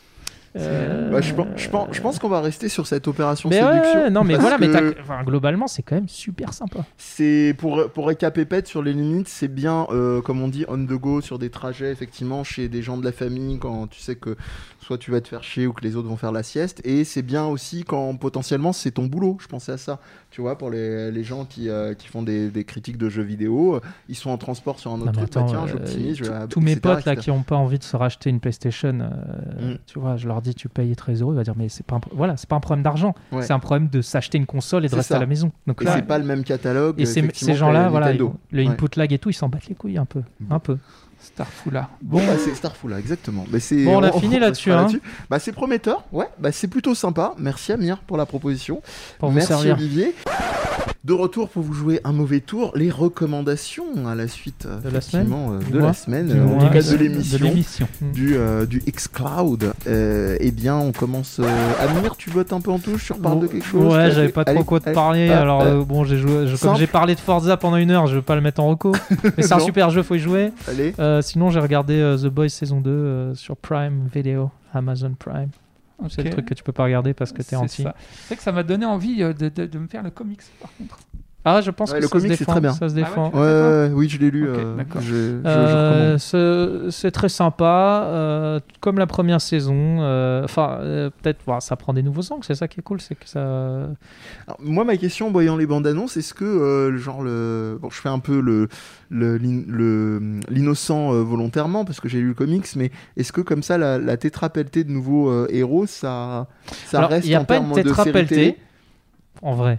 S2: Euh,
S1: Bah, je pense, je pense, je pense qu'on va rester sur cette opération
S2: mais ouais,
S1: séduction.
S2: ouais, non, mais
S1: parce
S2: voilà, mais
S1: que
S2: t'as- enfin, globalement c'est quand même super sympa.
S1: c'est pour pour récapépète sur les limites, c'est bien euh, comme on dit on the go sur des trajets effectivement chez des gens de la famille quand tu sais que soit tu vas te faire chier ou que les autres vont faire la sieste et c'est bien aussi quand potentiellement c'est ton boulot. Je pensais à ça, tu vois, pour les, les gens qui, euh, qui font des, des critiques de jeux vidéo, euh, ils sont en transport sur un autre
S2: Non, mais
S1: truc, bah,
S2: attends,
S1: tiens,
S2: euh,
S1: j'optimise, je vais à-
S2: Tous mes
S1: etc.,
S2: potes là
S1: etc.
S2: qui ont pas envie de se racheter une PlayStation, euh,
S1: Mm.
S2: tu vois, je leur dis tu payes 13 euros, ils vont dire mais c'est pas un, pro- voilà, c'est pas un problème d'argent,
S1: Ouais.
S2: c'est un problème de s'acheter une console et de
S1: C'est
S2: rester
S1: ça.
S2: à la maison. Donc
S1: Et
S2: là,
S1: c'est pas le même catalogue.
S2: et ces-
S1: effectivement,
S2: ces
S1: que
S2: gens-là, voilà,
S1: Nintendo.
S2: ils- le
S1: Ouais. Mm.
S2: input lag et tout, ils s'en battent les couilles un peu, un peu.
S3: Starfoula.
S1: Bon, bah, c'est Starfall, là, exactement. Mais c'est-
S2: Bon, on a fini
S1: restera
S2: là-dessus, hein.
S1: Bah, c'est prometteur, ouais. Bah, c'est plutôt sympa. Merci Amir pour la proposition.
S2: Pour vous
S1: Merci
S2: servir.
S1: Olivier. De retour pour vous jouer un mauvais tour, les recommandations à la suite euh,
S2: De la
S1: effectivement, euh,
S2: Du
S1: de
S2: mois.
S1: la semaine,
S2: Du
S1: euh, en
S2: mois.
S1: tout cas de
S2: De
S1: l'émission,
S3: l'émission.
S1: du, euh, du X-Cloud. Euh, eh bien, on commence. euh, Amir, tu bottes un peu en touche, tu reparles de quelque chose
S2: Mm. Ouais,
S1: tu-
S2: j'avais pas trop
S1: Allez,
S2: quoi te
S1: allez,
S2: parler.
S1: ah,
S2: alors,
S1: ah,
S2: euh, bon, j'ai joué, je- comme
S1: Simple.
S2: j'ai parlé de Forza pendant une heure, je vais pas le mettre en reco. mais c'est un
S1: Non.
S2: super jeu, faut y jouer.
S1: Allez,
S2: Euh, sinon, j'ai regardé euh, The Boys saison 2 euh, sur Prime Video, Amazon Prime. C'est le
S3: Ok.
S2: truc que tu peux pas regarder parce que t'es
S3: C'est
S2: anti.
S3: ça. C'est vrai que ça m'a donné envie euh, de, de- de me faire le comics, par contre.
S2: Ah, je pense
S1: Ouais,
S2: que
S1: le
S2: ça, se
S1: comic, c'est
S2: défend,
S1: très bien.
S2: ça se
S3: Ah ouais,
S2: défend.
S1: ouais, ouais, oui, je l'ai lu.
S3: Ok,
S1: euh,
S3: d'accord.
S1: je- je- je recommande.
S2: Euh, ce- c'est très sympa, euh, comme la première saison. euh, Enfin, euh, peut-être voilà, ça prend des nouveaux angles, c'est ça qui est cool, c'est que ça.
S1: Alors, moi, ma question, en voyant les bandes annonces, est-ce que, euh, le genre, le... Bon, je fais un peu le le- l'in- le- l'innocent euh, volontairement, parce que j'ai lu le comics, mais est-ce que, comme ça, la, la tétrapelletée de nouveaux euh, héros, ça, ça
S2: Alors,
S1: reste
S2: il n'y a
S1: en
S2: pas une
S1: termes de série
S2: tétrapelletée,
S1: télé
S2: en vrai.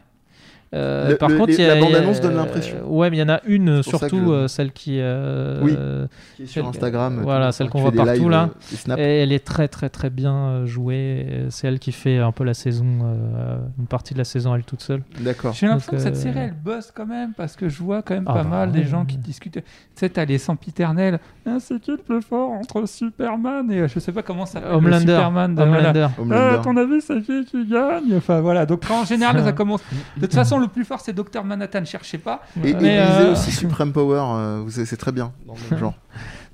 S2: Euh,
S1: Le-
S2: par
S1: le-
S2: contre,
S1: les-
S2: il y a-
S1: la bande-annonce
S2: euh,
S1: donne l'impression.
S2: Ouais, mais il y en a une,
S1: C'est pour ça que
S2: surtout
S1: je-
S2: euh, celle qui. euh,
S1: Oui.
S2: euh,
S1: qui est sur
S2: Celle-
S1: Instagram
S2: voilà,
S1: tout le
S2: celle
S1: temps,
S2: qu'on
S1: qui
S2: voit
S1: fait des
S2: partout,
S1: lives,
S2: là.
S1: euh, des snaps.
S2: et elle est très très très bien euh, jouée. euh, C'est elle qui fait un peu la saison, euh, une partie de la saison elle toute seule.
S1: D'accord.
S3: J'ai l'impression
S2: Donc,
S3: que cette
S2: euh,
S3: série, elle bosse quand même, parce que je vois quand même
S2: Ah
S3: pas
S2: bah
S3: mal des
S2: oui,
S3: gens
S2: oui.
S3: qui discutent. Tu sais, t'as les sempiternels. Ah, c'est qui le plus fort entre Superman et euh, je sais pas comment ça s'appelle. le
S2: Homelander.
S3: Superman de- voilà.
S2: Homelander.
S1: Homelander.
S3: Ah, à ton avis, c'est qui qui gagne Enfin voilà, donc en général, ça commence. De toute façon, le plus fort, c'est Docteur Manhattan, cherchez pas.
S1: Et, et
S2: Mais,
S1: lisez
S2: euh,
S1: aussi Supreme Power, euh, vous savez, c'est très bien dans le même genre.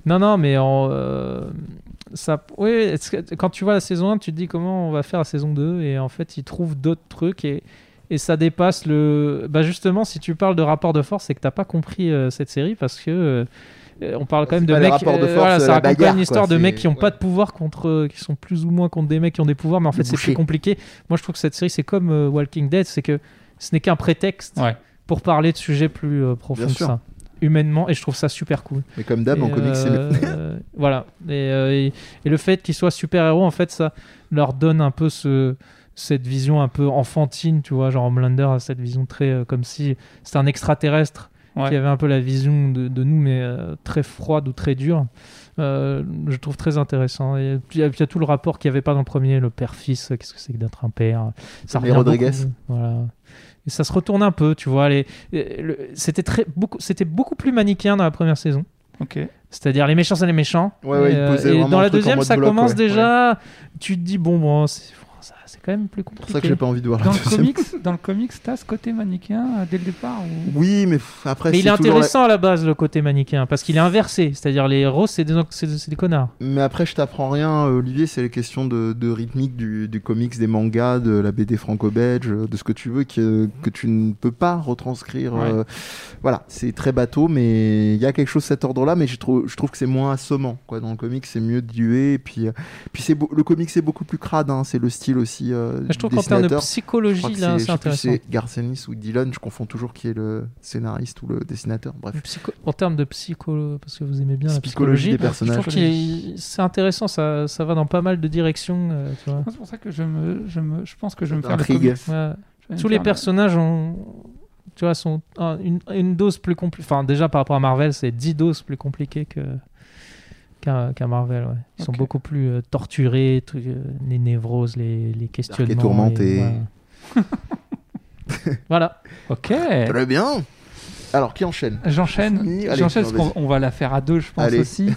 S2: Non, non, mais en, euh, ça, oui, est-ce que- quand tu vois la saison 1, tu te dis comment on va faire la saison 2, et en fait, ils trouvent d'autres trucs, et, et ça dépasse le. Bah justement, si tu parles de rapport de force, c'est que t'as pas compris euh, cette série parce que. euh, euh, on parle quand même
S1: C'est
S2: de
S1: pas les
S2: mecs.
S1: rapports de
S2: euh, voilà,
S1: force,
S2: ça
S1: la
S2: raconte quand
S1: bagarre,
S2: même une histoire
S1: quoi,
S2: de
S1: c'est-
S2: mecs qui ont
S1: ouais.
S2: pas de pouvoir contre, euh, qui sont plus ou moins contre des mecs qui ont des pouvoirs, mais en fait
S1: Le
S2: c'est plus
S1: boucher.
S2: compliqué. Moi, je trouve que cette série, c'est comme euh, Walking Dead, c'est que ce n'est qu'un prétexte
S3: Ouais.
S2: pour parler de sujets plus euh, profonds.
S1: Bien
S2: que
S1: sûr.
S2: ça. Humainement, et je trouve ça super cool.
S1: Mais comme d'hab, en
S2: Et,
S1: comics, c'est mieux.
S2: euh, voilà. Et, euh, et, et le fait qu'ils soient super-héros, en fait, ça leur donne un peu ce, cette vision un peu enfantine, tu vois. Genre, Homelander a cette vision très. euh, comme si c'était un extraterrestre
S3: Ouais.
S2: qui avait un peu la vision de, de nous, mais euh, très froide ou très dure. Euh, je trouve très intéressant. Et puis, il y a- puis il y a tout le rapport qu'il n'y avait pas dans le premier, le père-fils, euh, qu'est-ce que c'est que d'être un père. euh, Ça
S1: Tommy
S2: revient
S1: Rodriguez.
S2: beaucoup, Voilà. Et ça se retourne un peu, tu vois. les- euh, le- C'était très- beaucoup, c'était beaucoup plus manichéen dans la première saison.
S3: Ok.
S2: C'est-à-dire les méchants, c'est les méchants.
S1: Ouais, ouais,
S2: et,
S1: il
S2: euh,
S1: posait
S2: et
S1: vraiment
S2: dans
S1: le
S2: la
S1: truc en
S2: deuxième,
S1: mode
S2: ça
S1: bloc,
S2: commence
S1: ouais.
S2: déjà. Tu te dis, bon, bon, c'est ça, c'est quand même plus
S1: C'est
S2: compliqué.
S1: pour ça que j'ai pas envie de voir la
S3: Dans le
S1: deuxième.
S3: comics, dans le comics, t'as ce côté manichéen euh, dès le départ ou...
S1: Oui, mais pff, après, c'est
S2: Mais il est
S1: toujours la-
S2: intéressant à la base, le côté manichéen, parce qu'il est inversé. C'est-à-dire les héros, c'est des, c'est des- c'est des connards.
S1: Mais après, je t'apprends rien, euh, Olivier. C'est les questions de, de rythmique du, du comics, des mangas, de la BD franco-belge, euh, de ce que tu veux, que, que tu ne peux pas retranscrire. euh, voilà, c'est très bateau, mais il y a quelque chose de cet ordre-là. Mais je, trouve je trouve que c'est moins assommant. Quoi. Dans le comics, c'est mieux dilué. Et puis, euh, puis c'est beau- le comics, c'est beaucoup plus crade. hein, c'est le style aussi. euh,
S2: Ah, Je
S1: du
S2: trouve qu'en termes
S1: dessinateur. Je
S2: de
S1: crois
S2: psychologie,
S1: que
S2: là,
S1: je
S2: c'est
S1: sais plus si
S2: intéressant.
S1: c'est Garcenis ou Dylan. Je confonds toujours qui est le scénariste ou le dessinateur. Bref.
S2: Psycho- En termes de psychologie, parce que vous aimez bien la
S1: Psychologie des
S2: psychologie, je trouve
S1: personnages.
S2: qu'il est- c'est intéressant, ça, ça va dans pas mal de directions. euh, tu vois.
S3: C'est pour ça que je me, je me, je pense que je vais me faire le
S1: Intrigue.
S3: comics.
S2: Ouais.
S3: Je vais me
S2: Tous les
S3: faire le-
S2: personnages ont, tu vois, sont un- une, une dose plus compliquée. Enfin, déjà par rapport à Marvel, c'est 10 doses plus compliquées que qu'un qu'un Marvel. ouais. Ils sont
S3: Ok.
S2: beaucoup plus euh, torturés, tout- euh, les névroses, les, les questionnements. les-
S1: tourmenté.
S2: voilà. voilà.
S3: Ok.
S1: Très bien. Eh Alors, qui enchaîne
S3: J'enchaîne.
S1: Fini Allez,
S3: J'enchaîne
S1: non,
S3: parce qu'on
S1: vas-y.
S3: on va la faire à deux, je pense
S1: Allez.
S3: aussi.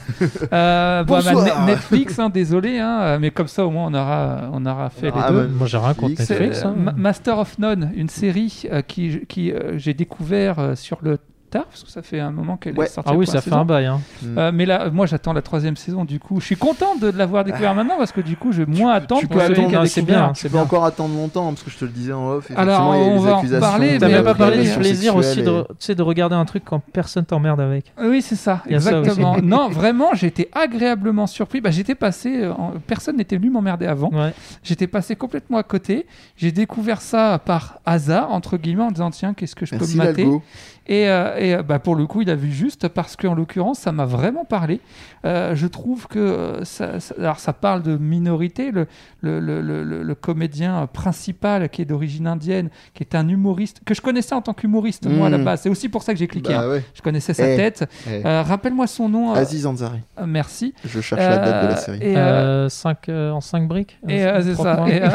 S3: Euh, bon, bah,
S1: Bonsoir.
S3: Net- Netflix, hein, désolé, hein, mais comme ça au moins on aura, on aura fait
S1: aura-
S3: les deux.
S1: bah,
S2: Moi, j'ai rien contre
S1: Netflix,
S3: C'est,
S2: Netflix.
S3: euh,
S2: hein.
S3: Ma- Master of None, une série euh, qui, qui euh, j'ai découvert euh, sur le tard, parce que ça fait un moment qu'elle
S1: Ouais.
S3: est sortie.
S2: Ah
S3: la
S2: oui,
S3: première
S2: ça fait un
S3: saison.
S2: bail. hein.
S3: Euh, mais là, moi, j'attends la troisième saison. Du coup, je suis content de l'avoir découvert maintenant parce que du coup, je vais moins attendre.
S1: Ah. tu
S3: pour
S1: peux
S3: celui
S1: attendre,
S3: qui a
S1: hein,
S2: c'est
S3: découvert.
S2: bien.
S1: Tu peux encore attendre longtemps, hein, parce que je te le disais en off.
S3: Alors,
S1: effectivement, il y a eu
S3: on
S1: des
S3: va en
S1: accusations
S3: parler,
S1: de-
S2: T'as
S3: mais
S2: même
S3: euh,
S2: pas parlé du
S1: d'agression
S2: plaisir aussi
S1: sexuelle
S2: de,
S1: et-
S2: tu sais, de regarder un truc quand personne t'emmerde avec.
S3: Oui, c'est ça,
S2: Il y a ça
S3: exactement. non, vraiment, j'ai été agréablement surpris. Bah, j'étais passé, euh, en- personne n'était venu m'emmerder avant.
S2: Ouais.
S3: J'étais passé complètement à côté. J'ai découvert ça par hasard, entre guillemets, en disant tiens, qu'est-ce que je
S1: Merci,
S3: peux me mater
S1: l'algo.
S3: Et, euh, et, euh, bah, pour le coup, il a vu juste parce qu'en l'occurrence, ça m'a vraiment parlé. Euh, je trouve que euh, ça, ça- alors ça parle de minorité. Le, le, le, le- le- le comédien principal qui est d'origine indienne, qui est un humoriste, que je connaissais en tant qu'humoriste, moi, à la
S1: Mm.
S3: base. C'est aussi pour ça que j'ai cliqué. hein.
S1: Bah ouais.
S3: Je connaissais sa
S1: Eh.
S3: tête.
S1: Eh.
S3: Euh, Rappelle-moi son nom. euh,
S1: Aziz Ansari.
S3: euh, merci.
S1: Je cherche la date de la
S3: Euh,
S1: série.
S3: Et, euh,
S2: Euh, cinq, euh, en 5 briques
S3: et, euh, c'est
S2: Trois
S3: ça.
S2: points.
S3: Et, euh,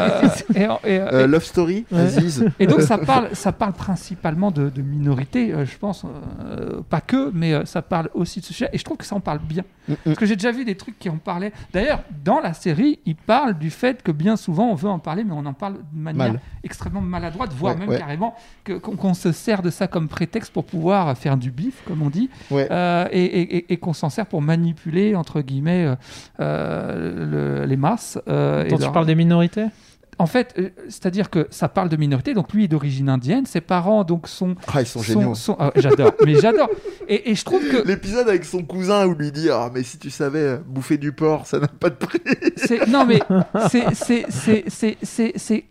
S3: et, euh, et, euh,
S1: Euh, Love Story,
S2: Ouais.
S1: Aziz.
S3: Et donc ça parle, ça parle principalement de, de minorités, euh, je pense, euh, pas que, mais euh, ça parle aussi de ce sujet. Et je trouve que ça en parle bien.
S1: Mm, mm.
S3: Parce que j'ai déjà vu des trucs qui en parlaient. D'ailleurs, dans la série, il parle du fait que bien souvent on veut en parler, mais on en parle de manière
S1: Mal.
S3: extrêmement maladroite, voire
S1: Ouais,
S3: même
S1: ouais.
S3: carrément que- qu'on qu'on se sert de ça comme prétexte pour pouvoir faire du bif, comme on dit,
S1: Ouais.
S3: euh, et, et- et- et qu'on s'en sert pour manipuler, entre guillemets, euh, euh, le- les masses. euh, et
S2: Attends, tu
S3: leur-
S2: parles des minorités
S3: en fait, euh, c'est-à-dire que ça parle de minorité. Donc lui est d'origine indienne. Ses parents donc sont.
S1: Ah, ils sont géniaux.
S3: sont- ah, j'adore, mais j'adore. Et, et je trouve que
S1: L'épisode avec son cousin où lui dit Ah, mais si tu savais, euh, bouffer du porc, ça n'a pas de prix.
S3: c'est non mais c'est c'est c'est c'est- c'est c'est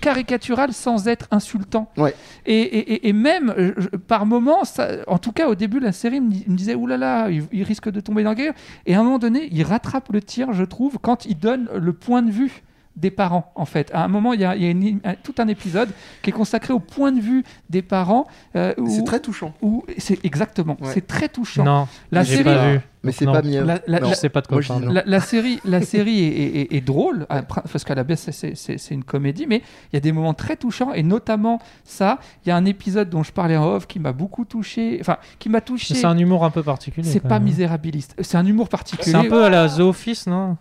S3: caricatural sans être insultant.
S1: Ouais.
S3: Et, et- et- et même euh, je- par moments, ça- en tout cas au début la série me, di- me disait oulala, il, il risque de tomber dans la guerre. Et à un moment donné, il rattrape le tir, je trouve, quand il donne le point de vue des parents en fait. À un moment, il y a, il y a une- un- tout un épisode qui est consacré au point de vue des parents. euh, où-
S1: C'est très touchant.
S3: où- c'est exactement,
S1: Ouais.
S3: c'est très touchant.
S2: Non,
S3: La
S2: j'ai
S3: série-
S2: pas vu.
S1: Mais
S2: Donc
S1: c'est
S2: non.
S1: pas mieux.
S3: La- la-
S1: Non.
S2: Je sais pas de quoi
S1: Moi,
S2: je
S1: je
S2: parle.
S1: dis non.
S3: La, la série, la série est, est- est drôle à- parce qu'à la base c'est- c'est c'est- c'est une comédie, mais il y a des moments très touchants et notamment ça. Il y a un épisode dont je parlais en off qui m'a beaucoup touché, enfin qui m'a touché.
S2: Mais C'est un humour un peu particulier.
S3: C'est
S2: quand
S3: pas
S2: même.
S3: misérabiliste, c'est un humour particulier.
S2: C'est un peu à la The Office, non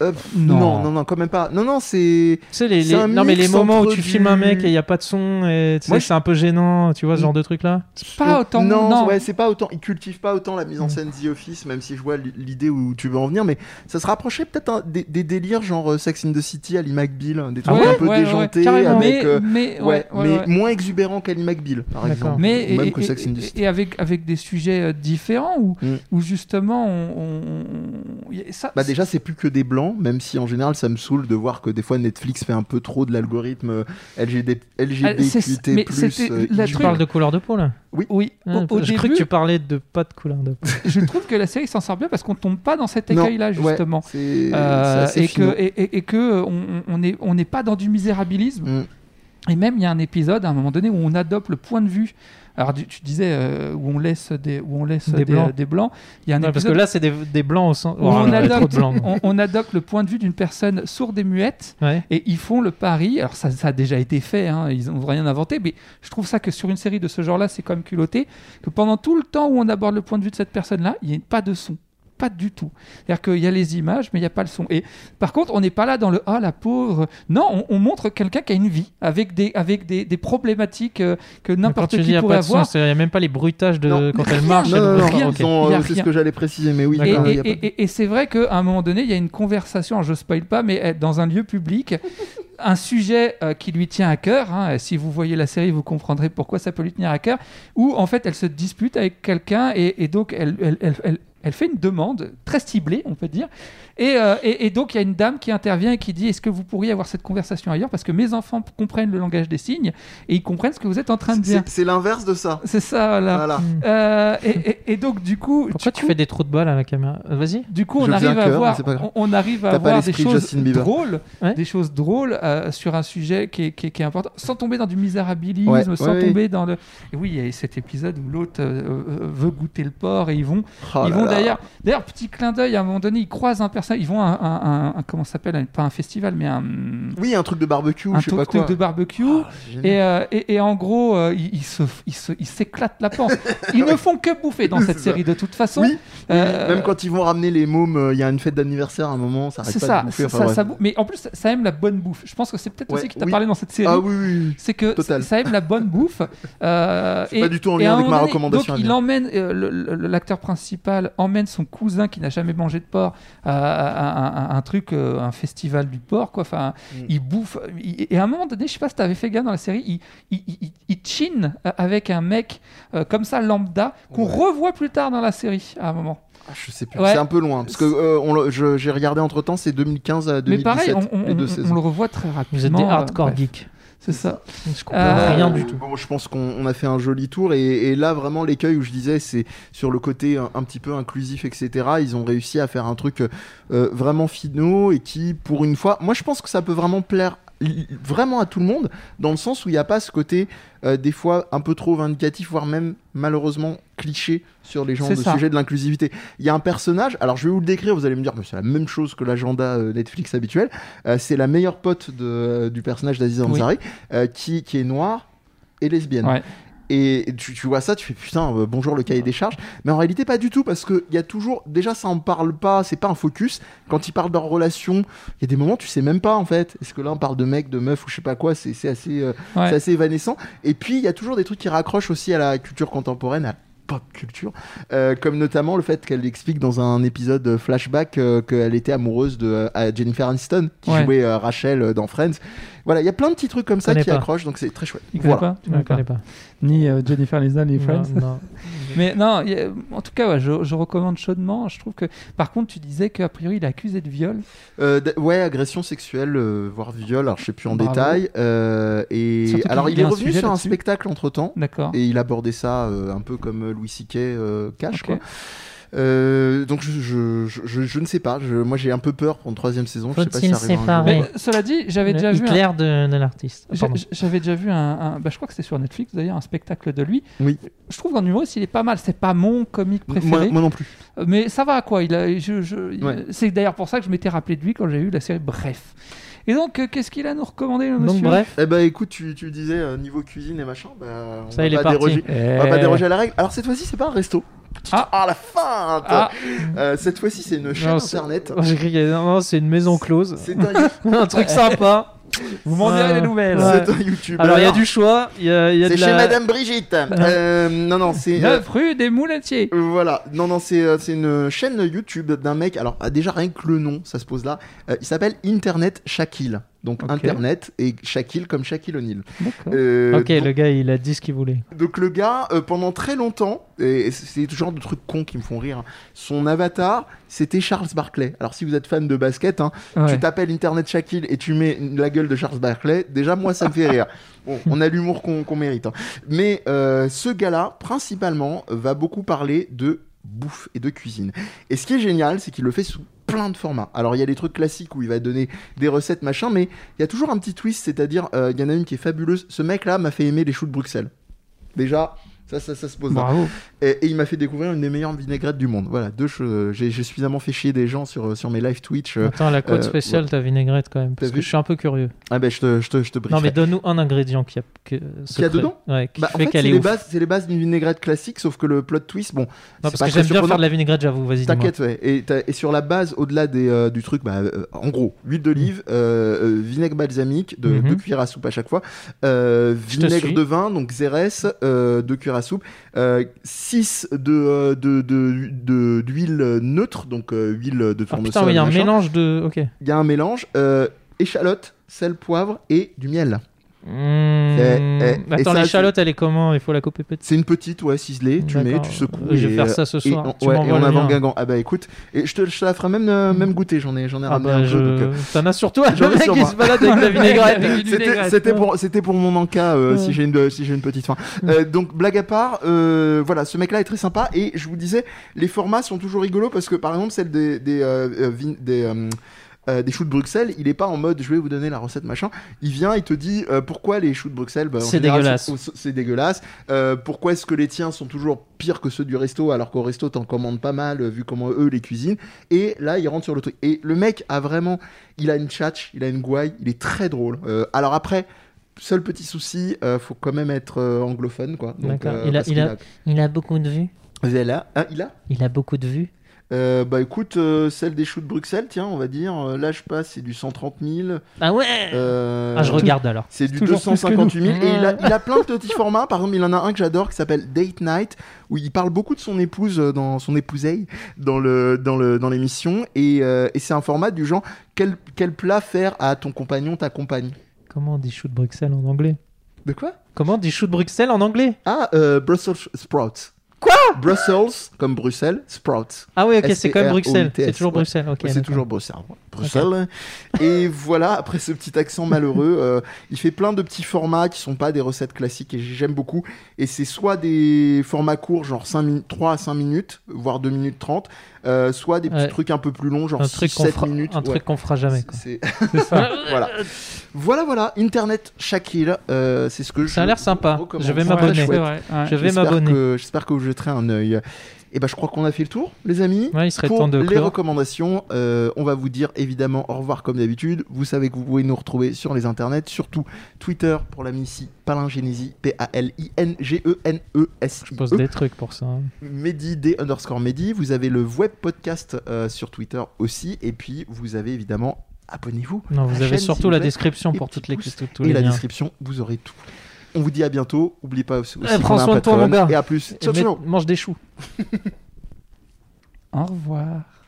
S1: Euh, pff,
S3: Non.
S1: non. non, non, quand même pas. Non, non, c'est.
S2: Tu sais, les,
S1: C'est
S2: les-
S1: un
S2: non, mais les
S1: mix
S2: moments où
S1: entre
S2: tu filmes un
S1: du-
S2: mec et il n'y a pas de son, et tu sais,
S1: Moi, je-
S2: c'est un peu gênant, tu vois, ce genre de truc là.
S3: Pas autant.
S1: Non,
S3: non. Mm.
S1: ouais, c'est pas autant. Ils cultivent pas autant la mise en scène The Office, même si je vois l- l'idée où tu veux en venir, mais ça se rapprochait peut-être un- des, des délires genre euh, Sex in the City, Ali McBeal, hein, des
S2: Ah
S1: trucs
S2: ouais,
S1: un peu
S3: ouais, ouais,
S1: déjantés,
S3: carrément.
S1: avec.
S3: mais,
S1: euh,
S3: mais,
S1: ouais,
S3: ouais, ouais,
S1: mais
S3: ouais.
S1: moins exubérant qu'Ali McBeal, par
S2: D'accord.
S1: exemple.
S3: Mais
S1: ou même
S3: et,
S1: que
S3: et-
S1: Sex in the City.
S3: et avec, avec des sujets euh, différents où,
S1: Mm.
S3: où justement on, on- y a- ça,
S1: Bah déjà c'est plus que des blancs, même si en général ça me saoule de voir que des fois Netflix fait un peu trop de l'algorithme euh, LGD,
S3: Ah, c'est- mais
S1: LGBTQT+.
S3: c'était
S1: euh,
S3: la
S1: IQ.
S2: Tu parles de couleur de peau là
S3: oui au,
S2: Ah,
S3: au
S2: Je
S3: début
S2: croyais que tu parlais de pas de couleur de peau.
S3: je trouve que la série s'en sort bien parce qu'on tombe pas dans cet
S1: Non,
S3: écueil là
S1: ouais,
S3: justement
S1: c'est-
S3: Euh,
S1: c'est assez
S3: et,
S1: finot.
S3: que, et, et- et que euh, on- on n'est on n'est pas dans du misérabilisme.
S1: Mm.
S3: Et même, il y a un épisode à un moment donné où on adopte le point de vue. Alors, du- tu disais euh, où on laisse des, où on laisse
S2: Des
S3: des,
S2: blancs.
S3: euh, des blancs. Il y a un
S2: Ouais, parce que
S3: épisode
S2: là, c'est des, des blancs au sens.
S3: où
S2: Oh,
S3: on,
S2: non, il y a trop
S3: adopte,
S2: de blancs.
S3: on, on adopte le point de vue d'une personne sourde et muette.
S2: Ouais.
S3: Et ils font le pari. Alors, ça, ça a déjà été fait. hein, ils n'ont rien inventé. Mais je trouve ça que sur une série de ce genre-là, c'est quand même culotté. Que pendant tout le temps où on aborde le point de vue de cette personne-là, il n'y a pas de son. Pas du tout. C'est-à-dire qu'il y a les images, mais il n'y a pas le son. Et par contre, on n'est pas là dans le ah la pauvre. Non, on, on montre quelqu'un qui a une vie avec des avec des, des problématiques euh, que
S2: Mais Quand
S3: n'importe
S2: tu dis il
S3: qui
S2: n'y a
S3: pourrait
S2: pas de son,
S3: avoir.
S2: c'est- il n'y a même pas les bruitages de
S1: Non,
S2: quand
S3: mais
S2: elle
S3: rien,
S2: marche.
S1: Non,
S2: elle-
S1: non, non,
S2: Ah,
S1: non,
S2: ok.
S1: ils ont-
S3: y a
S1: euh, c'est ce
S3: rien.
S1: que j'allais préciser, mais oui.
S3: Et,
S1: non,
S3: et-
S1: il y a pas-
S3: et- et- et c'est vrai qu'à un moment donné, il y a une conversation, alors je spoil pas, mais euh, dans un lieu public, un sujet euh, qui lui tient à cœur, hein, si vous voyez la série, vous comprendrez pourquoi ça peut lui tenir à cœur, où en fait elle se dispute avec quelqu'un et, et donc elle, elle, elle- elle- elle fait une demande très ciblée, on peut dire. Et, euh, et- et donc il y a une dame qui intervient et qui dit Est-ce que vous pourriez avoir cette conversation ailleurs Parce que mes enfants comprennent le langage des signes et ils comprennent ce que vous êtes en train de
S1: C'est-
S3: dire.
S1: c'est- C'est l'inverse de ça.
S3: C'est ça, là.
S1: Voilà.
S2: Hmm.
S3: Euh, et, et- et donc du coup.
S2: Pourquoi
S3: du
S2: tu
S3: coup-
S2: fais des trous de balle à la caméra Euh, Vas-y.
S3: du coup, on
S1: Je faisais
S3: arrive,
S1: un
S3: à
S1: cœur,
S3: voir,
S1: mais hein, c'est pas grave.
S3: on on arrive à
S1: T'as pas
S3: avoir des
S1: l'esprit
S3: choses
S1: Justin Bieber.
S3: drôles,
S2: Ouais.
S3: des choses drôles euh, sur un sujet qui est, qui est- qui est important, sans tomber dans du misérabilisme,
S1: Ouais,
S3: sans
S1: ouais,
S3: tomber dans le. Et oui, il y a cet épisode où l'autre euh, euh, veut goûter le porc et ils vont,
S1: Oh
S3: ils
S1: là
S3: vont
S1: là.
S3: d'ailleurs, d'ailleurs petit clin d'œil à un moment donné, ils croisent un personnage, ils vont à un, un- un- un- comment ça s'appelle, un- pas un festival, mais un,
S1: Oui, un truc de barbecue,
S3: un
S1: je sais pas
S3: tuk-tuk
S1: quoi.
S3: de barbecue.
S1: Ah, c'est génial.
S3: Et, euh, et- et en gros, euh, ils, ils se, ils, se- ils s'éclatent la panse. Ils ne font que bouffer dans
S1: C'est
S3: cette
S1: ça.
S3: série de toute façon.
S1: Oui,
S3: Euh,
S1: Même quand ils vont ramener les mômes, euh, il y a une fête d'anniversaire à un moment, ça arrête
S3: C'est
S1: pas
S3: ça,
S1: de bouffer.
S3: ça-
S1: enfin,
S3: ça-
S1: bref.
S3: ça bou- mais en plus ça- ça aime la bonne bouffe. Je pense que c'est peut-être
S1: Ouais,
S3: aussi qui t'a
S1: oui.
S3: parlé dans cette série.
S1: Ah oui, oui, oui.
S3: C'est que
S1: Total.
S3: ça aime la bonne bouffe. euh,
S1: C'est pas du tout en
S3: et à
S1: lien
S3: un
S1: avec
S3: moment
S1: ma
S3: donné,
S1: recommandation. à
S3: Donc il
S1: venir.
S3: emmène euh, le- le- l'acteur principal emmène son cousin qui n'a jamais mangé de porc euh, à, à- à- à un truc, euh, un festival du porc quoi. Enfin,
S1: Mm.
S3: il bouffe. il- et à un moment donné, je sais pas si t'avais fait gaffe dans la série, il, il, il- il- il chine avec un mec euh, comme ça lambda qu'on
S1: Ouais.
S3: revoit plus tard dans la série à un moment.
S1: Ah, je sais plus,
S3: Ouais.
S1: c'est un peu loin. Parce que euh, on l'a- je- j'ai regardé entre temps, c'est 2015 à 2017.
S3: Mais pareil, on, on-
S1: les deux
S3: on-
S1: saisons.
S3: on le revoit très rapidement.
S2: Vous êtes des
S3: euh,
S2: hardcore
S3: bref,
S2: geeks.
S3: C'est ça.
S2: Je comprends
S3: Euh,
S2: rien
S1: Euh,
S2: du tout.
S1: Bon, je pense qu'on on a fait un joli tour et, et là vraiment l'écueil où je disais c'est sur le côté un, un petit peu inclusif etc. Ils ont réussi à faire un truc euh, vraiment finot et qui pour une fois, moi je pense que ça peut vraiment plaire li- vraiment à tout le monde dans le sens où il n'y a pas ce côté euh, des fois un peu trop vindicatif voire même malheureusement cliché sur les gens
S3: C'est
S1: de
S3: ça.
S1: sujet de l'inclusivité. Il y a un personnage, alors je vais vous le décrire, vous allez me dire mais c'est la même chose que l'agenda euh, Netflix habituel, Euh, c'est la meilleure pote de- euh, du personnage d'Aziz
S3: Oui.
S1: Ansari euh, qui, qui est noire et lesbienne.
S3: Ouais.
S1: Et tu, tu vois ça, tu fais putain, euh, bonjour le cahier des charges. Mais en réalité, pas du tout, parce qu'il y a toujours. Déjà, ça en parle pas, c'est pas un focus. Quand ils parlent de leur relation, il y a des moments, tu sais même pas en fait. Est-ce que là, on parle de mec, de meuf ou je sais pas quoi, c'est c'est assez, euh,
S3: Ouais.
S1: c'est assez évanescent. Et puis, il y a toujours des trucs qui raccrochent aussi à la culture contemporaine, à la pop culture. Euh, comme notamment le fait qu'elle explique dans un épisode euh, flashback euh, qu'elle était amoureuse de euh, à Jennifer Aniston, qui
S3: Ouais.
S1: jouait euh, Rachel euh, dans Friends. Voilà, il y a plein de petits trucs comme ça
S2: Connais
S1: qui
S2: pas.
S1: accrochent, donc c'est très chouette.
S3: Il connaît
S1: Voilà.
S3: pas,
S2: Je ne connais pas.
S3: Ni euh, Jennifer Aniston ni Friends.
S2: Non, non.
S3: Mais non, il y a- en tout cas, ouais, je, je recommande chaudement. Je trouve que, par contre, tu disais qu'a priori, il est accusé de viol.
S1: Euh, d- ouais, agression sexuelle, euh, voire viol, alors je sais plus en
S3: Bravo.
S1: détail. euh, et
S3: Surtout qu'il
S1: alors
S3: y
S1: il
S3: a
S1: est
S3: un
S1: revenu
S3: sujet
S1: sur un
S3: là-dessus.
S1: spectacle entre temps.
S3: D'accord.
S1: Et il abordait ça euh, un peu comme euh, Louis C.K. euh, Cash,
S3: Ok.
S1: quoi. Euh, donc je, je, je, je- je ne sais pas. Je- moi j'ai un peu peur pour une troisième saison. Je sais pas si
S2: Faut-il
S1: ça arrivera un
S2: séparer
S1: jour.
S3: Mais euh, cela dit, j'avais
S2: Le
S3: déjà vu. un-
S2: Hitler de, de l'artiste.
S3: j'a-
S2: Pardon.
S3: J'avais déjà vu un, un- bah, je crois que c'était sur Netflix d'ailleurs, un spectacle de lui.
S1: Oui.
S3: Je trouve qu'en humoriste, il est pas mal. C'est pas mon comique
S1: Moi,
S3: préféré, Euh,
S1: moi non plus.
S3: mais ça va quoi. Il a- je- je- il-
S1: Ouais.
S3: C'est d'ailleurs pour ça que je m'étais rappelé de lui quand j'ai eu la série. Bref. Et donc, euh, qu'est-ce qu'il a à nous recommander, le
S2: Donc
S3: monsieur
S2: bref,
S1: Eh bah écoute, tu, tu disais euh, niveau cuisine et machin, bah, on
S2: Ça,
S1: va
S2: il est
S1: pas
S2: parti. Eh.
S1: déroger. On va pas déroger à la règle. Alors cette fois-ci, c'est pas un resto. Ah, la feinte
S3: Ah.
S1: Euh, Cette fois-ci, c'est une chaîne
S2: Non, c'est-
S1: internet.
S2: J'ai cru qu'il y avait- non, non, c'est une maison close.
S1: C'est un,
S2: un truc sympa.
S3: Vous m'en direz
S2: Ouais.
S3: des nouvelles.
S2: Euh, Ouais.
S1: c'est un youtubeur.
S2: Alors, il y a du choix. Il y a, il y a
S1: C'est
S2: de
S1: chez
S2: la- Ah.
S1: Madame Brigitte. Euh, non, non, c'est. euh,
S3: 9 rue des Mouletiers.
S1: Voilà, non, non, c'est euh, c'est une chaîne YouTube d'un mec. Alors, ah, déjà, rien que le nom, ça se pose là. Euh, il s'appelle Internet Shaquille. Donc,
S3: Ok.
S1: Internet et Shaquille comme Shaquille O'Neal.
S3: D'accord.
S1: Euh,
S2: Ok,
S1: donc,
S2: le gars, il a dit ce qu'il voulait.
S1: donc le gars, euh, pendant très longtemps, et c'est le genre de trucs cons qui me font rire, hein, son avatar, c'était Charles Barkley. Alors si vous êtes fan de basket, hein, tu
S3: Ouais.
S1: t'appelles Internet Shaquille et tu mets la gueule de Charles Barkley, déjà moi ça me fait rire. Bon, on a l'humour qu'on qu'on mérite. hein. Mais euh, ce gars-là, principalement, va beaucoup parler de bouffe et de cuisine. Et ce qui est génial, c'est qu'il le fait sous plein de formats. Alors il y a des trucs classiques où il va donner des recettes, machin, mais il y a toujours un petit twist, c'est-à-dire, euh, il y en a une qui est fabuleuse. Ce mec-là m'a fait aimer les choux de Bruxelles. Déjà, ça, ça, ça se pose là.
S3: Bravo.
S1: Et, et il m'a fait découvrir une des meilleures vinaigrettes du monde. Voilà, deux choses. J'ai j'ai suffisamment fait chier des gens sur, sur mes live Twitch. euh.
S2: Attends, la
S1: euh,
S2: quote spéciale, ta vinaigrette quand même. Parce
S1: T'as
S2: que
S1: vu
S2: je suis un peu curieux.
S1: Ah ben, je te, je te, je te brieferai.
S2: Non, mais donne-nous un ingrédient qu'il y a, que, secret.
S1: dedans
S2: Ouais, qui
S1: Bah, en
S2: fait
S1: fait, c'est
S2: qu'elle est
S1: les,
S2: ouf.
S1: bases, c'est les bases d'une vinaigrette classique, sauf que le plot twist, bon,
S2: Non,
S1: c'est
S2: parce
S1: pas très
S2: que j'aime bien
S1: surprenant.
S2: faire de la vinaigrette, j'avoue, vas-y. dis-moi.
S1: T'inquiète, ouais. Et, t'as- et sur la base, au-delà des, euh, du truc, bah, euh, en gros, huile d'olive,
S2: Mm.
S1: euh, euh, vinaigre balsamique, de,
S2: Mhm.
S1: deux cuillères à soupe à chaque fois, euh,
S2: Je te
S1: vinaigre
S2: suis.
S1: de vin, donc Xérès, euh, deux cuillères à soupe, 6 de, euh, de, de, de- d'huile neutre, donc euh, huile de
S2: Ah
S1: tournesol.
S2: putain, mais il y a un
S1: machin.
S2: mélange de. Ok.
S1: Il y a un mélange, euh, échalote, sel, poivre et du miel.
S2: Mmh.
S1: eh, et
S2: Attends,
S1: ça,
S2: l'échalote, elle est comment Il faut la couper petit.
S1: C'est une petite, ouais, ciselée, tu mets,
S2: D'accord.
S1: tu secoues.
S2: Je vais
S1: et,
S2: faire
S1: euh,
S2: ça ce
S1: Et,
S2: soir.
S1: en-
S2: Tu
S1: ouais, et
S2: m'envoies
S1: en
S2: le
S1: avant
S2: lien. Mm.
S1: Guingamp. Ah bah écoute, et je te, je te la ferai même, euh, même goûter, j'en ai, j'en ai
S2: Ah
S1: ramené
S2: bah,
S1: un peu.
S2: je-
S1: donc, euh,
S2: T'en as sur toi,
S1: J'en
S2: le
S1: ai
S2: mec
S1: sur
S2: qui
S1: moi.
S2: se balade avec la vinaigrette.
S3: Avec une
S1: C'était
S3: vinaigrette.
S1: c'était pour, c'était pour mon encas euh,
S2: Ouais. Mm.
S1: si j'ai une, si j'ai une petite faim. Euh, donc blague à part, euh, voilà, ce mec-là est très sympa et je vous disais, les formats sont toujours rigolos parce que par exemple celle des des euh, euh, vin- des, euh, euh, des choux de Bruxelles, il est pas en mode je vais vous donner la recette machin. Il vient, il te dit euh, pourquoi les choux de Bruxelles, bah, en
S2: C'est
S1: général,
S2: dégueulasse.
S1: c'est- c'est- c'est dégueulasse. Euh, pourquoi est-ce que les tiens sont toujours pires que ceux du resto alors qu'au resto t'en commandes pas mal euh, vu comment eux les cuisinent. Et là, il rentre sur le truc. Et le mec a vraiment. Il a une tchatch, il a une gouaille, il est très drôle. Euh, alors après, seul petit souci, euh, faut quand même être euh, anglophone, quoi. Donc,
S2: D'accord.
S1: euh,
S2: Il a-
S1: parce
S2: il
S1: qu'il
S2: a- Il a beaucoup de vues.
S1: Il a. Ah, il a
S2: Il a beaucoup de vues.
S1: Euh, Bah écoute, euh, celle des choux de Bruxelles, tiens, on va dire. euh, là, je passe, c'est du 130 000.
S2: Ah ouais
S1: euh,
S2: Ah, je regarde alors.
S1: C'est du
S3: Toujours plus que
S1: 258 000 et il a,
S2: Ouais.
S1: il a plein de petits formats. Par exemple, il en a un que j'adore qui s'appelle Date Night où il parle beaucoup de son épouse euh, dans son épouseille dans le dans le dans l'émission et, euh, et c'est un format du genre quel quel plat faire à ton compagnon ta compagne.
S2: Comment on dit chou de Bruxelles en anglais
S1: De quoi
S2: Comment on dit chou de Bruxelles en anglais
S1: Ah euh, Brussels sprouts.
S2: Quoi
S1: Brussels comme Bruxelles sprouts.
S2: Ah oui, ok, c'est quand même
S1: S-P-R-O-U-T-S,
S2: Bruxelles. C'est toujours
S1: ouais.
S2: Bruxelles, ok.
S1: c'est
S2: d'accord.
S1: toujours Bruxelles. Bruxelles. Et voilà, après ce petit accent malheureux, euh, il fait plein de petits formats qui sont pas des recettes classiques et j'aime beaucoup. Et c'est soit des formats courts, genre 5 min- 3 à 5 minutes, voire 2 minutes 30, euh, soit des petits
S2: Ouais.
S1: trucs un peu plus longs, genre
S2: Un
S1: 6,
S2: truc qu'on
S1: 7
S2: fera,
S1: minutes.
S2: un
S1: Ouais.
S2: truc qu'on fera jamais. quoi.
S1: C'est-
S3: C'est ça.
S1: voilà. voilà, voilà, Internet Shaquille, euh, c'est ce que je.
S2: Ça a l'air sympa.
S1: vous recommande.
S2: Je vais
S1: Ouais,
S2: m'abonner.
S3: C'est
S1: chouette.
S3: vrai. ouais.
S2: Je vais
S1: J'espère
S2: m'abonner.
S1: que- J'espère que vous jetterez un œil. Et ben, je crois qu'on a fait le tour, les amis.
S2: Ouais, il serait
S1: Pour
S2: temps de
S1: les
S2: clore.
S1: recommandations, euh, on va vous dire évidemment au revoir comme d'habitude. Vous savez que vous pouvez nous retrouver sur les internets, surtout Twitter pour la Missy Palingénésie, E
S2: Je pose
S1: P-A-L-I-N-G-E-N-E-S-I-E,
S2: des trucs pour ça. hein.
S1: Mehdi D underscore Mehdi. Vous avez le web podcast euh, sur Twitter aussi. Et puis vous avez évidemment, abonnez-vous, La
S2: Non, vous avez
S1: chaîne, s'il vous
S2: surtout la
S1: plaît,
S2: description
S1: et
S2: pour
S1: petit
S2: toutes les,
S1: pouce,
S2: tous- tous
S1: et
S2: les
S1: la
S2: liens.
S1: description, vous aurez tout. On vous dit à bientôt. Oublie pas aussi, aussi
S2: Eh, prends
S1: qu'on a un
S2: soin de toi, mon
S1: Patreon.
S2: gars.
S1: Et à plus.
S2: Et
S1: Ciao,
S2: mets-
S1: ciao.
S2: mange des choux.
S3: Au revoir.